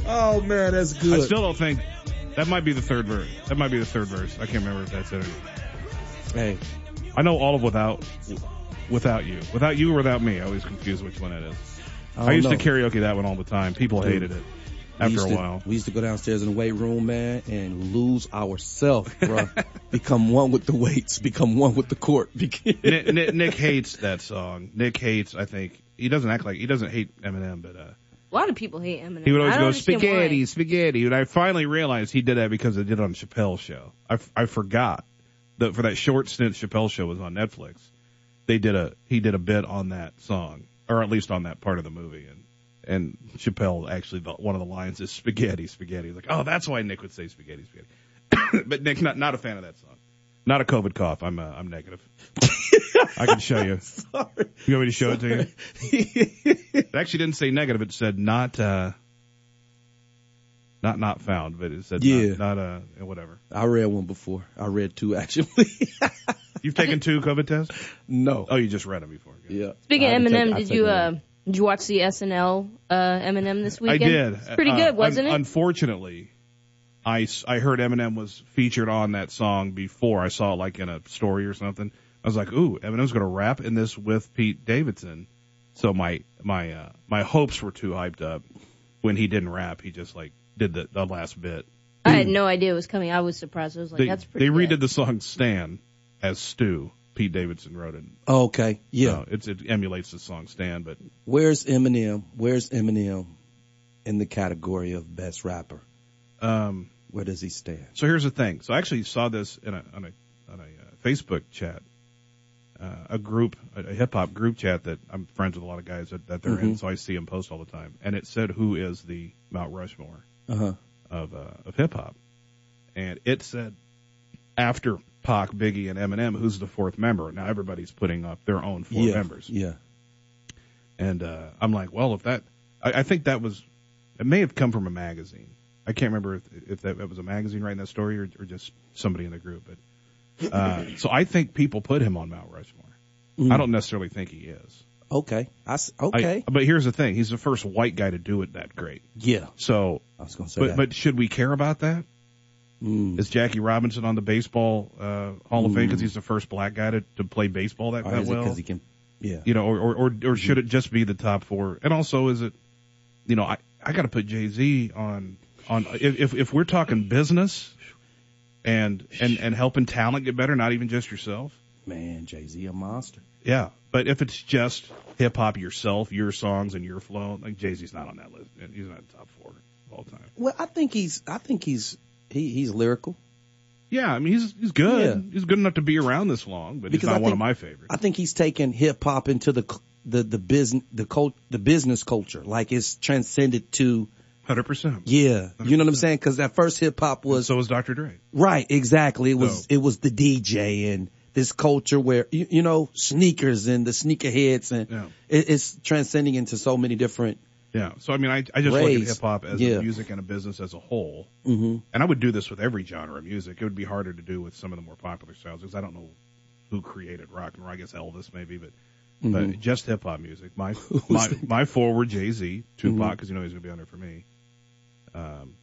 D: Oh man, that's
B: I
D: good.
B: still don't think that might be the third verse. That might be the third verse. I can't remember if that's it. Or not.
D: hey,
B: I know all of without without you, without you or without me. I always confuse which one it is.
D: I,
B: I,
D: don't
B: used
D: know.
B: to karaoke that one all the time. People
D: Dude,
B: hated it
D: We
B: after
D: used
B: a
D: to-
B: while.
D: We used to go downstairs in the weight room, man, and lose ourselves, bro. become one with the weights, become one with the court.
B: Nick, Nick, Nick hates that song. Nick hates. I think he doesn't act like he doesn't hate Eminem, but uh,
E: A lot of people hate Eminem.
B: he would always
E: I don't
B: go
E: understand
B: spaghetti,
E: why.
B: spaghetti. And I finally realized he did that because it did on Chappelle's show. I, f- I forgot that for that short stint Chappelle's show was on Netflix. They did a he did a bit on that song, or at least on that part of the movie, and and Chappelle actually the, one of the lines is spaghetti, spaghetti. Like oh, that's why Nick would say spaghetti, spaghetti. but Nick's not not a fan of that song. Not a COVID cough. I'm uh, I'm negative. I can show you.
D: Sorry.
B: You want me to show it to you? It actually didn't say negative. It said not, uh, not not found, but it said
D: Yeah.
B: not, not uh, whatever.
D: I read one before. I read two actually.
B: You've taken two COVID tests?
D: no.
B: Oh, you just read them before.
D: Yeah.
E: Speaking
D: I
E: of
D: can take-
E: Eminem,
D: I
E: did
D: take
E: you
D: one.
E: uh did you watch the SNL uh Eminem this
B: I
E: weekend?
B: did.
E: It's pretty
B: Uh,
E: good,
B: un-
E: wasn't it?
B: Unfortunately, I, s- I heard Eminem was featured on that song before. I saw it like in a story or something. I was like, ooh, Eminem's gonna rap in this with Pete Davidson. So my my uh, my hopes were too hyped up when he didn't rap. He just like did the, the last bit.
E: I had no idea it was coming. I was surprised. I was like,
B: they,
E: that's pretty
B: they
E: good.
B: redid the song Stan as Stu. Pete Davidson wrote it.
D: Okay. Yeah.
B: So it's, it emulates the song Stan, but
D: Where's Eminem? Where's Eminem in the category of best rapper?
B: um,
D: Where does he stand?
B: so here's the thing. So I actually saw this in a on a on a uh, Facebook chat, uh, a group, a, a hip hop group chat that I'm friends with a lot of guys that, that they're in.
D: Mhm.
B: So I see them post all the time, and it said who is the Mount Rushmore
D: Uh huh.
B: of uh, of hip hop, and it said after Pac, Biggie, and Eminem, who's the fourth member? Now everybody's putting up their own four
D: yeah.
B: members.
D: Yeah.
B: And uh, I'm like, well, if that, I, I think that was, it may have come from a magazine. I can't remember if, if that, that was a magazine writing that story or, or just somebody in the group. But uh, so I think people put him on Mount Rushmore. I don't necessarily think he is.
D: Okay. I, s-
B: I-
D: Mm-hmm. okay.
B: but here's the thing: he's the first white guy to do it that great.
D: yeah.
B: So
D: I was going to say
B: but
D: that.
B: but should we care about that?
D: Mm.
B: Is Jackie Robinson on the baseball uh, Hall of Fame because
D: Mm.
B: he's the first black guy to, to play baseball that,
D: Or
B: that
D: is it
B: well?
D: 'cause he can- yeah.
B: You know, or or, or,
D: Mm-hmm.
B: or should it just be the top four? And also, is it? You know, I I got to put Jay Z on on if, if if we're talking business and and and helping talent get better, not even just yourself.
D: Man, Jay Z a monster.
B: Yeah, but if it's just hip hop yourself, your songs and your flow, like Jay Z's not on that list. He's not in the top four of all time.
D: Well, I think he's I think he's he he's lyrical.
B: Yeah, I mean he's he's good. He's good enough to be around this long, but he's
D: Because
B: not
D: I
B: one of
D: think-
B: my favorites.
D: I think he's taken hip hop into the c- the the business the cult the business culture. Like it's transcended to
B: hundred percent.
D: Yeah, you know what I'm saying? Because at first hip hop was
B: so was Dr. Dre.
D: Right, exactly. It was it was the DJ and this culture where you, you know sneakers and the sneakerheads and it, it's transcending into so many different.
B: Yeah. So I mean, I I just look at
D: Raised.
B: hip hop as
D: Yeah.
B: a music and a business as a whole,
D: Mm-hmm.
B: and I would do this with every genre of music. It would be harder to do with some of the more popular styles because I don't know who created rock and roll. I guess Elvis maybe, but
D: Mhm.
B: but just hip hop music. My my my four were Jay Z, Tupac,
D: Mhm.
B: because you know he's gonna be on there for me. Um,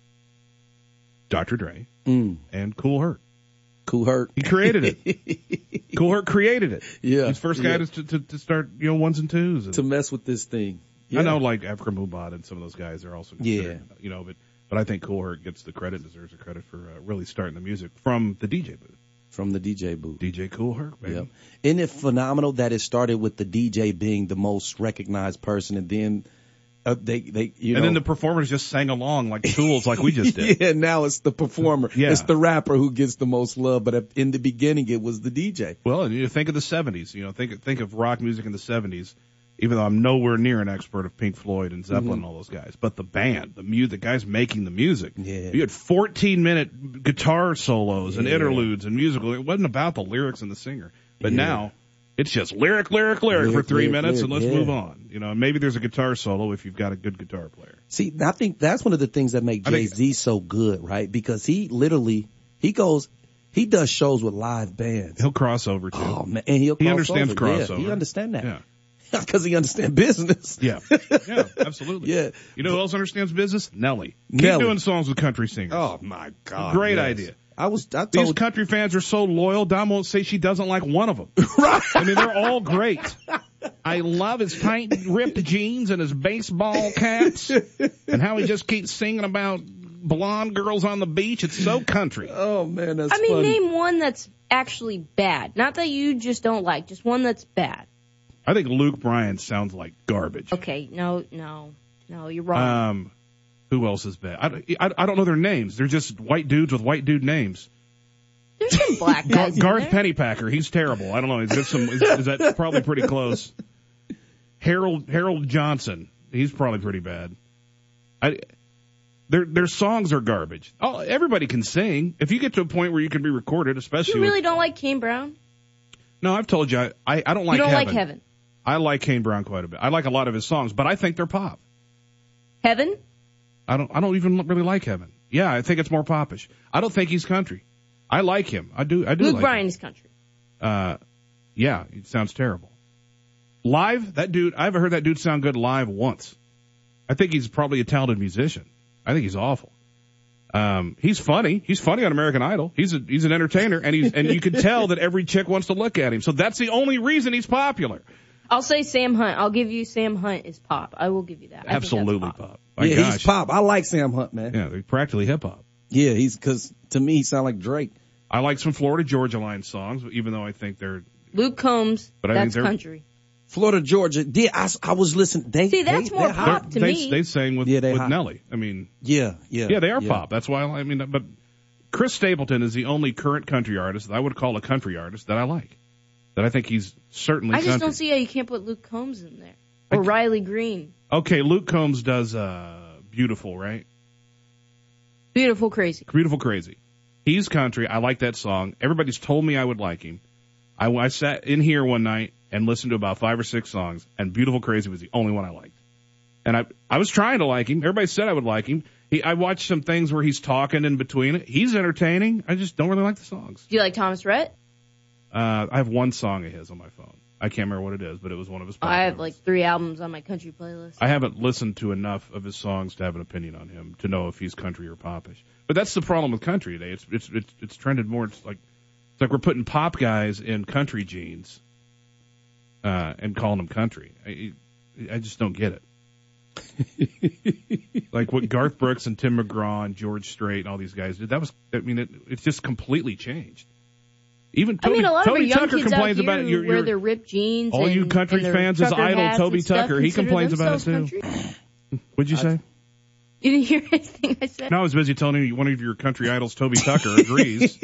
B: Dr. Dre
D: Mm.
B: and Cool Hurt.
D: Cool Hurt.
B: He created it. cool Hurt created it.
D: Yeah.
B: He's the first guy
D: Yeah.
B: to, to to start you know ones and twos and,
D: to mess with this thing.
B: I
D: Yeah.
B: know like Africa Mubad and some of those guys are also considered, you know, but but I think Cool Hurt gets the credit, deserves the credit for uh, really starting the music from the DJ booth.
D: From the DJ booth.
B: DJ Cool Herc, baby.
D: Yep. Isn't it phenomenal that it started with the DJ being the most recognized person, and then uh, they they
B: and
D: you know
B: then the performers just sang along like tools, like we just did.
D: yeah, now it's the performer.
B: Yeah.
D: It's the rapper who gets the most love, but at- in the beginning it was the DJ.
B: Well, and you think of the '70s. You know, think think of rock music in the '70s. Even though I'm nowhere near an expert of Pink Floyd and Zeppelin
D: Mhm.
B: and all those guys, but the band, the mu, the guys making the music.
D: Yeah.
B: You had 14 minute guitar solos and
D: Yeah.
B: interludes and musical. It wasn't about the lyrics and the singer. But
D: Yeah.
B: now it's just lyric, lyric, lyric, for
D: Lyric,
B: three
D: lyric,
B: minutes and
D: lyric,
B: let's
D: yeah.
B: move on. You know, and maybe there's a guitar solo if you've got a good guitar player.
D: See, I think that's one of the things that make
B: I
D: Jay
B: think-
D: Z so good, right? Because he literally he goes he does shows with live bands.
B: He'll cross over too.
D: Oh man, and he'll
B: He
D: cross
B: understands
D: over. Yeah,
B: crossover.
D: he understand that.
B: Yeah.
D: Because he understands business.
B: Yeah. Yeah, absolutely.
D: Yeah.
B: You know who else understands business? Nelly. Keep
D: Nelly.
B: doing songs with country singers.
D: Oh my God.
B: Great
D: yes.
B: idea.
D: I was I told
B: These country fans are so loyal. Dom won't say she doesn't like one of them. right. I mean, they're all great. I love his tight, ripped jeans and his baseball caps, and how he just keeps singing about blonde girls on the beach. It's so country.
D: Oh man, that's
E: I mean,
D: funny.
E: name one that's actually bad. Not that you just don't like, just one that's bad.
B: I think Luke Bryan sounds like garbage.
E: Okay, no, no, no, you're wrong.
B: Um, who else is bad? I, I, I don't know their names. They're just white dudes with white dude names.
E: There's some black
B: Gar-
E: guys. in
B: Garth
E: there.
B: Pennypacker. He's terrible. I don't know. Is that some? Is, is that probably pretty close? Harold Harold Johnson. He's probably pretty bad. I. Their their songs are garbage. Oh, everybody can sing. If you get to a point where you can be recorded, especially
E: You really
B: with,
E: don't like Kane Brown?
B: no, I've told you I I, I don't like
E: you don't
B: heaven.
E: like Heaven.
B: I like Kane Brown quite a bit. I like a lot of his songs, but I think they're pop.
E: Heaven?
B: I don't I don't even really like Heaven. Yeah, I think it's more popish. I don't think he's country. I like him. I do I do
E: Luke
B: like
E: Bryan is country.
B: uh, yeah, it sounds terrible. Live, that dude, I haven't heard that dude sound good live once. I think he's probably a talented musician. I think he's awful. Um, he's funny. He's funny on American Idol. He's a, he's an entertainer and he's, and you can tell that every chick wants to look at him. So that's the only reason he's popular.
E: I'll say Sam Hunt. I'll give you Sam Hunt is pop. I will give you that. I think that's
B: Absolutely
E: pop.
B: pop. My
D: yeah,
B: gosh.
D: he's pop. I like Sam Hunt, man.
B: Yeah, they're practically hip hop.
D: Yeah, he's because to me he sound like Drake.
B: I like some Florida Georgia Line songs, even though I think they're,
E: Luke Combs,
B: But I think
E: that's
B: they're-
E: country.
D: Florida, Georgia. Yeah, I, s- I was listening. They,
E: See, that's
D: they,
E: more
D: they
E: pop
D: hot.
E: to
B: they,
E: me.
B: they sang with,
D: Yeah, they
B: with
D: hot.
B: Nelly. I mean,
D: Yeah, yeah.
B: Yeah, they are pop. That's why I I mean, but Chris Stapleton is the only current country artist that I would call a country artist that I like. That I think he's certainly
E: I just
B: country.
E: don't see how you can't put Luke Combs in there. Or Riley Green.
B: okay, Luke Combs does uh beautiful, right?
E: Beautiful Crazy.
B: Beautiful crazy. He's country. I like that song. Everybody's told me I would like him. I, I sat in here one night and listened to about five or six songs, and Beautiful Crazy was the only one I liked. And I I was trying to like him. Everybody said I would like him. He, I watched some things where he's talking in between. He's entertaining. I just don't really like the songs.
E: Do you like Thomas Rhett?
B: Uh, I have one song of his on my phone. I can't remember what it is, but it was one of his.
E: I have like three albums on my country playlist.
B: I haven't listened to enough of his songs to have an opinion on him to know if he's country or popish. But that's the problem with country today. It's it's it's, it's trended more. It's like it's like we're putting pop guys in country jeans uh, and calling them country. I I just don't get it. like what Garth Brooks and Tim McGraw and George Strait and all these guys did. That was I mean it it's just completely changed. Even
E: I
B: Toby,
E: mean, a lot
B: Toby
E: of our young
B: Tucker
E: kids out
B: complains
E: here
B: about it. You're,
E: who wear
B: you're,
E: their ripped jeans.
B: all
E: and,
B: you country
E: and their
B: fans is
E: trucker
B: idol
E: hats
B: Toby
E: and stuff
B: Tucker. He
E: consider
B: complains about it
E: themselves
B: too.
E: country.
B: What'd you say?
E: You didn't hear anything I said.
B: No, I was busy telling you one of your country idols, Toby Tucker, agrees.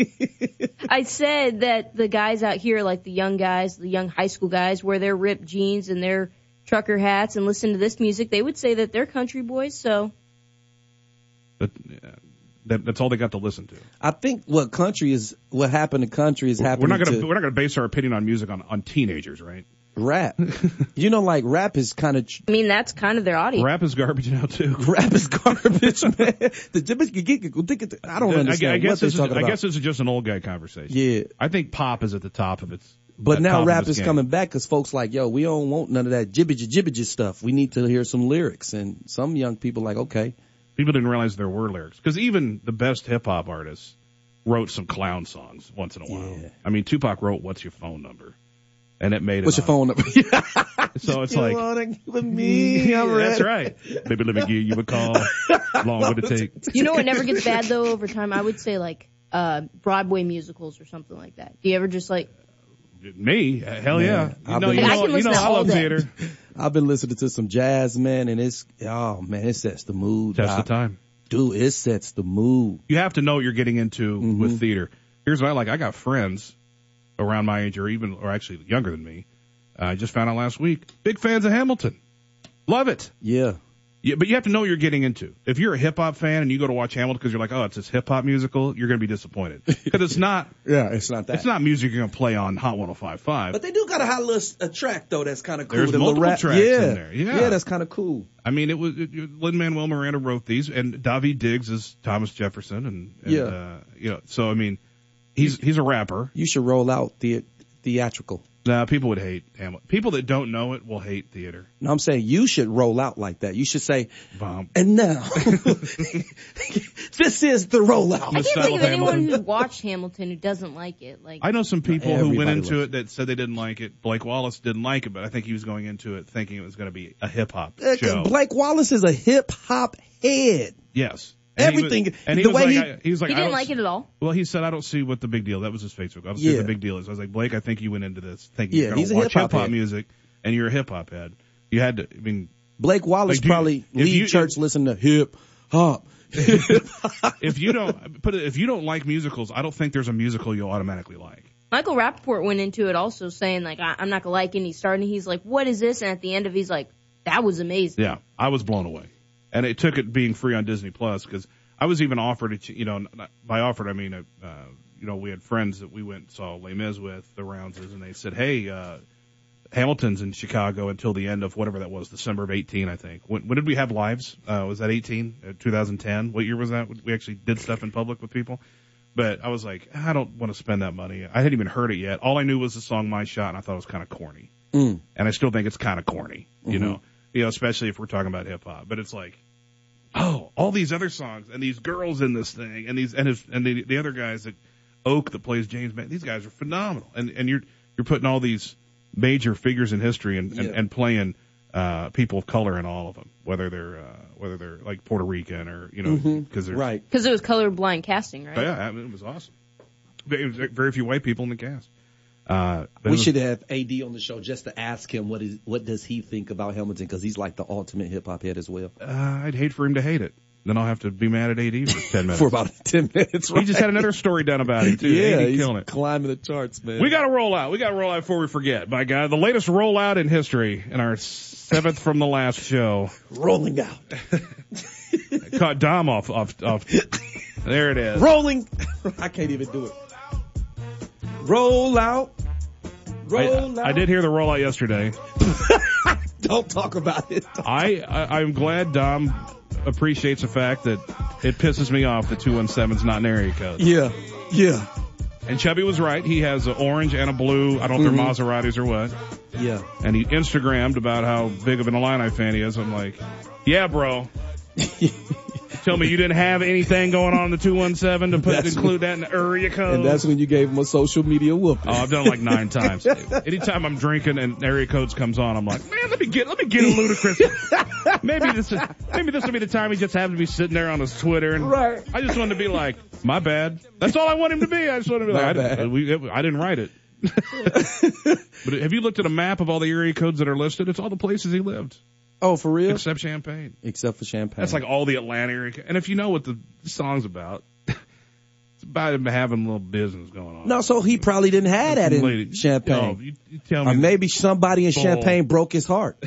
E: I said that the guys out here, like the young guys, the young high school guys, wear their ripped jeans and their trucker hats and listen to this music. They would say that they're country boys. So
B: But, uh, that, that's all they got to listen to.
D: I think what country is what happened to country is happening
B: We're not gonna
D: to
B: we're not gonna base our opinion on music on on teenagers, right?
D: rap. you know, like rap is kind of
E: I mean, that's kind of their audience.
B: Rap is garbage now too.
D: Rap is garbage, man. The Jimmy's get, get, get, get, I don't
B: I- I
D: understand
B: guess
D: what
B: this is-
D: they're talking
B: I
D: about.
B: guess this is just an old guy conversation.
D: Yeah.
B: I think pop is at the top of its.
D: But
B: at top
D: now
B: of
D: rap
B: its
D: is
B: game.
D: coming back because folks like, yo, we don't want none of that jibbage jibbage stuff. We need to hear some lyrics. And some young people like, okay,
B: People didn't realize there were lyrics because even the best hip hop artists wrote some clown songs once in a while. I mean, Tupac wrote "What's Your Phone Number," and it made it.
D: what's your phone number?
B: phone? So it's like That's
D: That's
B: right. Maybe let me give you a call. Long would it take?
E: You know what never gets bad though over time? I would say like uh Broadway musicals or something like that. Do you ever just like
B: Me? Hell yeah.
D: Yeah,
B: You
D: I've
B: know,
D: been-
B: you
D: I
B: know,
D: can
B: you
D: listen
B: know
D: to
B: I
D: all
B: love
D: day.
B: theater.
D: I've been listening to some jazz, man, and it's, oh man, it sets the mood.
B: That's the
D: doc.
B: time.
D: Dude, it sets the mood.
B: You have to know what you're getting into with theater. Here's what I like. I got friends around my age or even, or actually younger than me. Uh, I just found out last week. Big fans of Hamilton. Love it.
D: Yeah.
B: Yeah, but you have to know what you're getting into. If you're a hip hop fan and you go to watch Hamilton because you're like, oh, it's this hip hop musical, you're going to be disappointed. Because it's not,
D: Yeah, it's not that.
B: it's not music you're going to play on Hot 105.5.
D: But they do got a hot little a track though that's kind of cool.
B: There's
D: the little
B: multiple
D: rap.
B: tracks
D: yeah.
B: in there. Yeah.
D: that's kind of cool.
B: I mean, it was Lin Manuel Miranda wrote these, and Davy Diggs is Thomas Jefferson, and, and
D: Yeah.
B: uh, you know, so I mean, he's he's a rapper.
D: You should roll out the theatrical.
B: Nah, people would hate Hamlet. People that don't know it will hate theater.
D: No, I'm saying you should roll out like that. You should say,
B: Bomb.
D: and now this is the rollout.
E: I can't think of anyone who watched Hamilton who doesn't like it. Like
B: I know some people who
D: everybody
B: went into
D: loves
B: it that said they didn't like it. Blake Wallace didn't like it, but I think he was going into it thinking it was going to be a hip hop
D: Uh,
B: show.
D: Blake Wallace is a hip hop head.
B: yes.
D: Everything-
B: He was, and he
D: the
B: was
D: way
B: like,
D: he-
B: I, he was like,
E: he
B: I
E: didn't
B: don't
E: like it at all.
B: Well, he said, I don't see what the big deal. That was his Facebook. I don't see
D: Yeah.
B: what the big deal is. I was like, Blake, I think you went into this thinking
D: Yeah,
B: you're going
D: he's
B: to
D: a
B: watch
D: hip-hop
B: hip hop
D: head.
B: music, and you're a hip hop head. You had to. I mean,
D: Blake Wallace
B: Like, do you-
D: probably
B: if
D: lead
B: you-
D: church listen to hip hop.
B: if you don't put it, if you don't like musicals, I don't think there's a musical you'll automatically like.
E: Michael Rappaport went into it also saying like I, I'm not gonna like it. And he started. He's like, what is this? And at the end of it, he's like, that was amazing.
B: Yeah, I was blown away, and it took it being free on Disney Plus because I was even offered a, ch- you know, not- by offered I mean, uh, uh, you know, we had friends that we went and saw Les Mis with the Roundses, and they said, hey, uh, Hamilton's in Chicago until the end of whatever that was, December of 18, I think. When, when did we have lives? Uh, was that 18? Uh, 2010? What year was that? We actually did stuff in public with people. But I was like, I don't want to spend that money. I hadn't even heard it yet. All I knew was the song My Shot and I thought it was kind of corny.
D: Mm.
B: And I still think it's kind of corny,
D: Mm-hmm.
B: you know, you know, especially if we're talking about hip hop, but it's like, Oh, all these other songs and these girls in this thing and these, and his, and the, the other guys that Oak that plays James Man, these guys are phenomenal. And, and you're, you're putting all these major figures in history and, and,
D: Yeah.
B: and playing, uh, people of color in all of them, whether they're, uh, whether they're like Puerto Rican or, you know, because they're,
D: Mm-hmm. Right.
E: Because it was colorblind casting, right?
B: but Oh, yeah, I mean, it was awesome. Very, very few white people in the cast. Uh, but it
D: We
B: was-
D: should have AD on the show just to ask him what is what does he think about Hamilton because he's like the ultimate hip hop head as well.
B: Uh, I'd hate for him to hate it. Then I'll have to be mad at AD for ten minutes.
D: For about ten minutes.
B: he just had another story done about him too.
D: yeah,
B: AD
D: he's
B: killing it.
D: climbing the charts, man.
B: We got to roll out. We got to roll out before we forget. By God, the latest rollout in history in our seventh from the last show
D: rolling out,
B: caught Dom off off off. There it is.
D: rolling. I can't even do it. Roll out,
B: I, I did hear the rollout yesterday.
D: Don't talk about it.
B: I, I I'm glad Dom appreciates the fact that it pisses me off that 217's not an area code.
D: Yeah, yeah,
B: And Chubby was right. He has an orange and a blue. I don't know if
D: Mhm.
B: they're Maseratis or what.
D: yeah.
B: And he Instagrammed about how big of an Illini fan he is. I'm like, yeah, bro. Tell me you didn't have anything going on in the 217 to put,
D: That's-
B: include that in the area code.
D: And that's when you gave him a social media whooping.
B: Oh, I've done it like nine times. Anytime I'm drinking and area codes comes on, I'm like, man, let me get let me get a ludicrous. maybe this is, maybe this will be the time he just happened to be sitting there on his Twitter, and
D: Right.
B: I just wanted to be like, my bad. That's all I want him to be. I just want him to be
D: My
B: like, I
D: bad.
B: didn't, we, it- I didn't write it. but have you looked at a map of all the area codes that are listed? It's all the places he lived,
D: Oh, for real?
B: except Champagne.
D: Except for champagne.
B: That's like all the Atlanta area. co- And if you know what the song's about, it's about him having a little business going on.
D: no, so he probably didn't have that in
B: Lady-
D: champagne.
B: Oh, you, you tell me
D: or maybe somebody in
B: Bull.
D: champagne broke his heart.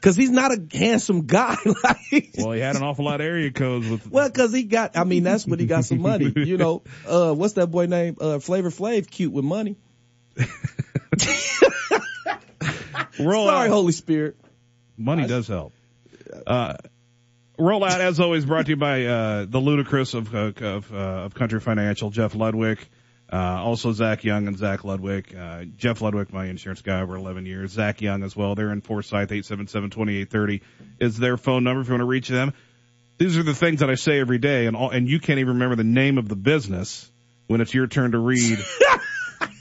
D: Cause he's not a handsome guy. like,
B: Well, he had an awful lot of area codes with.
D: well, cause he got, I mean, that's when he got some money. You know, uh, what's that boy name? Uh, Flavor Flav, cute with money.
B: roll
D: Sorry,
B: out.
D: Holy Spirit.
B: Money does help. Uh, roll out, as always, brought to you by uh, the ludicrous of of, of, uh, of Country Financial, Jeff Ludwig. Uh, also Zach Young and Zach Ludwig. Uh, Jeff Ludwig, my insurance guy over 11 years. Zach Young as well. They're in Forsyth, 877-2830 is their phone number if you want to reach them. These are the things that I say every day and all, and you can't even remember the name of the business when it's your turn to read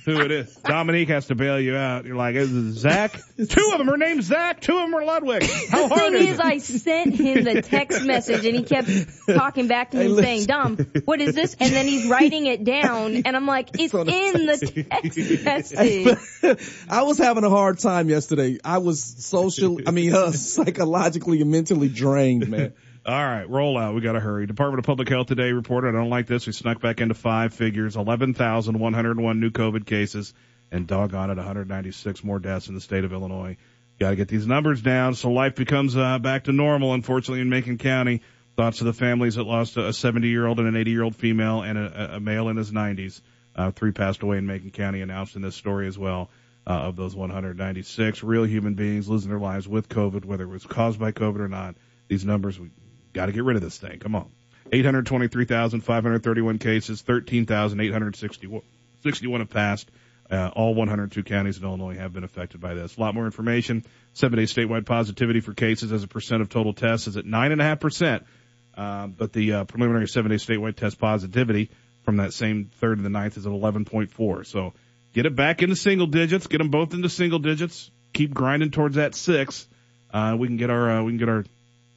B: who it is. Dominique has to bail you out. You're like, is it Zach? two of them are named Zach. Two of them are Ludwig. How
E: The
B: hard
E: thing
B: is,
E: is,
B: it?
E: I sent him the text message and he kept talking back to me
D: Hey, listen.
E: saying, Dom, what is this? And then he's writing it down and I'm like, it's,
D: on the
E: in the text message.
D: I was having a hard time yesterday. I was social, I mean, uh, psychologically and mentally drained, man.
B: All right, roll out. We got to hurry. Department of Public Health today reported, I don't like this. We snuck back into five figures, 11,101 new COVID cases, and doggone it, 196 more deaths in the state of Illinois. Got to get these numbers down so life becomes uh, back to normal, unfortunately, in Macon County. Thoughts of the families that lost a 70 year old and an 80 year old female and a, a- a male in his 90s. Uh, three passed away in Macon County, announced in this story as well. Uh, of those 196 real human beings losing their lives with COVID, whether it was caused by COVID or not, these numbers, we got to get rid of this thing. Come on. 823,531 cases, 13,861 have passed. Uh, all 102 counties in Illinois have been affected by this. A lot more information. Seven day statewide positivity for cases as a percent of total tests is at 9.5%. Uh, but the uh, preliminary seven day statewide test positivity from that same third to the ninth is at 11.4. So get it back into single digits. Get them both into single digits. Keep grinding towards that six. Uh, we can get our, uh, we can get our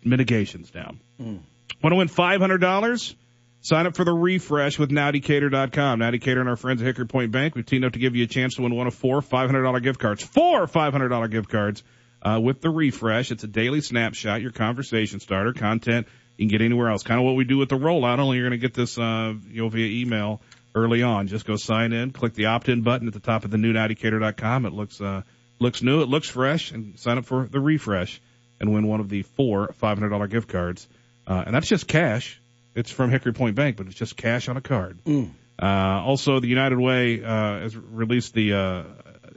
B: mitigations down. Want to win $500? Sign up for the refresh with NowDecatur.com. Now Decatur and our friends at Hickory Point Bank, we've teamed up to give you a chance to win one of four $500 gift cards. Four $500 gift cards uh, with the refresh. It's a daily snapshot, your conversation starter, content you can get anywhere else. Kind of what we do with the rollout, only you're going to get this uh, you know, via email early on. Just go sign in, click the opt-in button at the top of the new NowDecatur.com. It looks, uh, looks new, it looks fresh, and sign up for the refresh and win one of the four $500 gift cards. Uh, and that's just cash. It's from Hickory Point Bank, but it's just cash on a card. Uh, also, the United Way uh, has released the uh,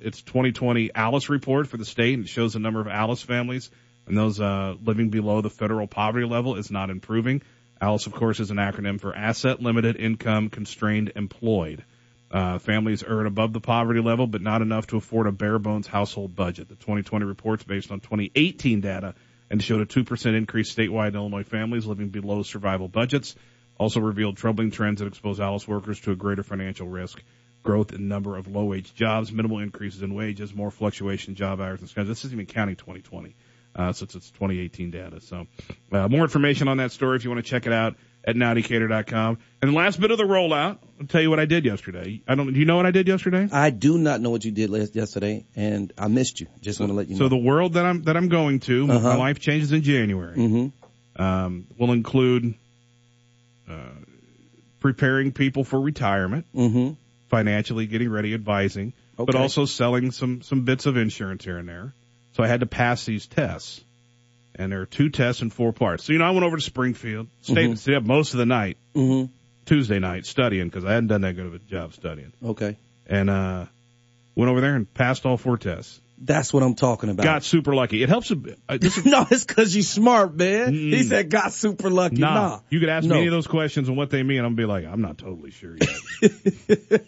B: its 2020 Alice report for the state, and it shows the number of Alice families and those uh, living below the federal poverty level is not improving. Alice, of course, is an acronym for Asset Limited Income Constrained Employed. Uh, families earn above the poverty level, but not enough to afford a bare bones household budget. The 2020 report's based on 2018 data and showed a 2% increase statewide in Illinois families living below survival budgets. Also revealed troubling trends that expose Alice workers to a greater financial risk. Growth in number of low wage jobs, minimal increases in wages, more fluctuation in job hours and schedules. This isn't even counting 2020 uh, since it's 2018 data. So, uh, more information on that story if you want to check it out at nowdecatur.com. And the last bit of the rollout, I'll tell you what I did yesterday. I don't, do you know what I did yesterday?
D: I do not know what you did last yesterday and I missed you. Just want to let you
B: So
D: know.
B: the world that I'm, that I'm going to, my life changes in January,
D: Mhm.
B: um, will include, uh, preparing people for retirement,
D: Mhm.
B: financially getting ready, advising, but
D: Okay.
B: also selling some, some bits of insurance here and there. So I had to pass these tests. And there are two tests in four parts. So, you know, I went over to Springfield, stayed, stayed up most of the night,
D: Mhm.
B: Tuesday night studying because I hadn't done that good of a job studying.
D: Okay.
B: And, uh, Went over there and passed all four tests.
D: That's what I'm talking about.
B: Got super lucky. It helps. A, bit. uh, this is,
D: no, it's because you smart, man. He said got super lucky.
B: Mm. nah.
D: Nah.
B: You could ask
D: No.
B: me any of those questions and what they mean. I'm be like, I'm not totally sure yet.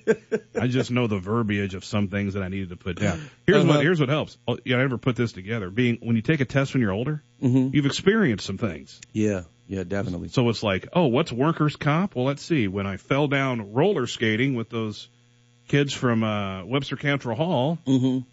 B: I just know the verbiage of some things that I needed to put down. Here's
D: Uh-huh.
B: what here's what helps. Oh, Yeah, I never put this together. Being when you take a test when you're older,
D: Mm-hmm.
B: you've experienced some things.
D: Yeah, yeah, definitely.
B: So it's like, oh, what's workers' comp? Well, let's see. When I fell down roller skating with those kids from uh, Webster Cantrell Hall
D: Mm-hmm.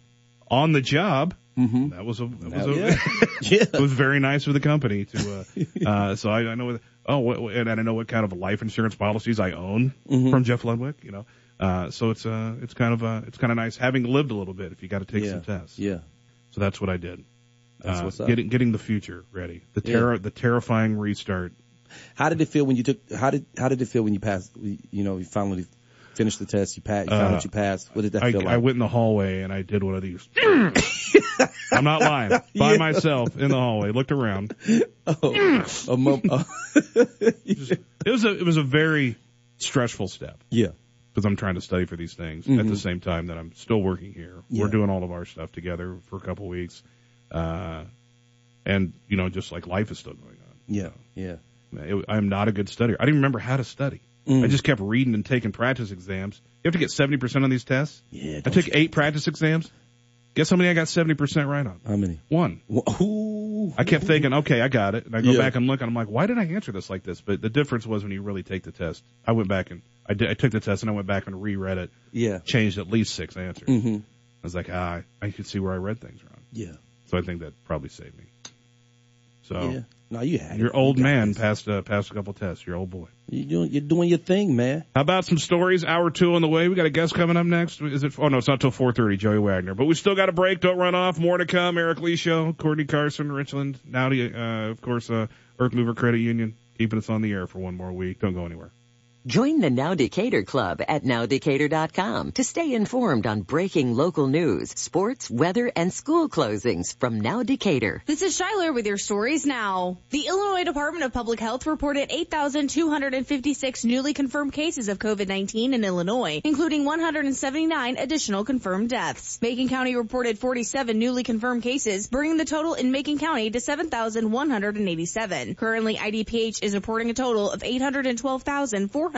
B: on the job, that was a that was a, it was very nice of the company to. Uh, uh, so I, I know what, oh, what, what- and I know what kind of life insurance policies I own
D: Mm-hmm.
B: from Jeff Ludwig. You know, uh, so it's uh it's kind of uh it's kind of nice having lived a little bit if you got to take some tests.
D: Yeah.
B: So that's what I did.
D: That's
B: Uh,
D: what's up.
B: Getting getting the future ready. The
D: Yeah.
B: terror the terrifying restart.
D: How did it feel when you took? How did how did it feel when you passed? You know, you finally finished the test. You passed. You found
B: Uh,
D: that you passed. What did that
B: I,
D: feel like?
B: I went in the hallway and I did one of these. I'm not lying. By
D: Yeah.
B: myself in the hallway, looked around.
D: oh, a mo- oh,
B: It was a it was a very stressful step
D: yeah.
B: because I'm trying to study for these things at the same time that I'm still working here. We're
D: Mm-hmm. Yeah.
B: doing all of our stuff together for a couple weeks, uh, and you know just like life is still going on.
D: Yeah. Yeah.
B: It, I'm not a good studier. I didn't remember how to study.
D: Mm.
B: I just kept reading and taking practice exams. You have to get 70% on these tests.
D: Yeah.
B: I took eight practice exams. Guess how many I got 70% right on?
D: How many?
B: One.
D: Wh- Ooh.
B: I kept thinking, okay, I got it. And I go
D: Yeah.
B: back and look and I'm like, why did I answer this like this? But the difference was when you really take the test, I went back and I, did, I took the test and I went back and reread it,
D: Yeah.
B: changed at least six answers.
D: Mhm.
B: I was like, ah, I could see where I read things wrong.
D: Yeah.
B: So I think that probably saved me. So
D: Yeah. No, you had
B: your
D: it.
B: Oh. old
D: You got
B: man
D: this.
B: passed, uh, passed a couple tests, your old boy.
D: You doing you're doing your thing, man.
B: How about some stories? Hour two on the way. We got a guest coming up next. Is it? Oh no, it's not till four thirty. Joey Wagner, but we still got a break. Don't run off. More to come. Eric Lee Show, Courtney Carson, Richland. Now, uh, of course, uh, Earth Mover Credit Union keeping us on the air for one more week. Don't go anywhere.
C: Join the Now Decatur Club at nowdecatur.com to stay informed on breaking local news, sports, weather, and school closings from Now Decatur.
L: This is Shiler with your stories now. The Illinois Department of Public Health reported 8,256 newly confirmed cases of COVID-19 in Illinois, including 179 additional confirmed deaths. Macon County reported 47 newly confirmed cases, bringing the total in Macon County to 7,187. Currently, IDPH is reporting a total of 812,400.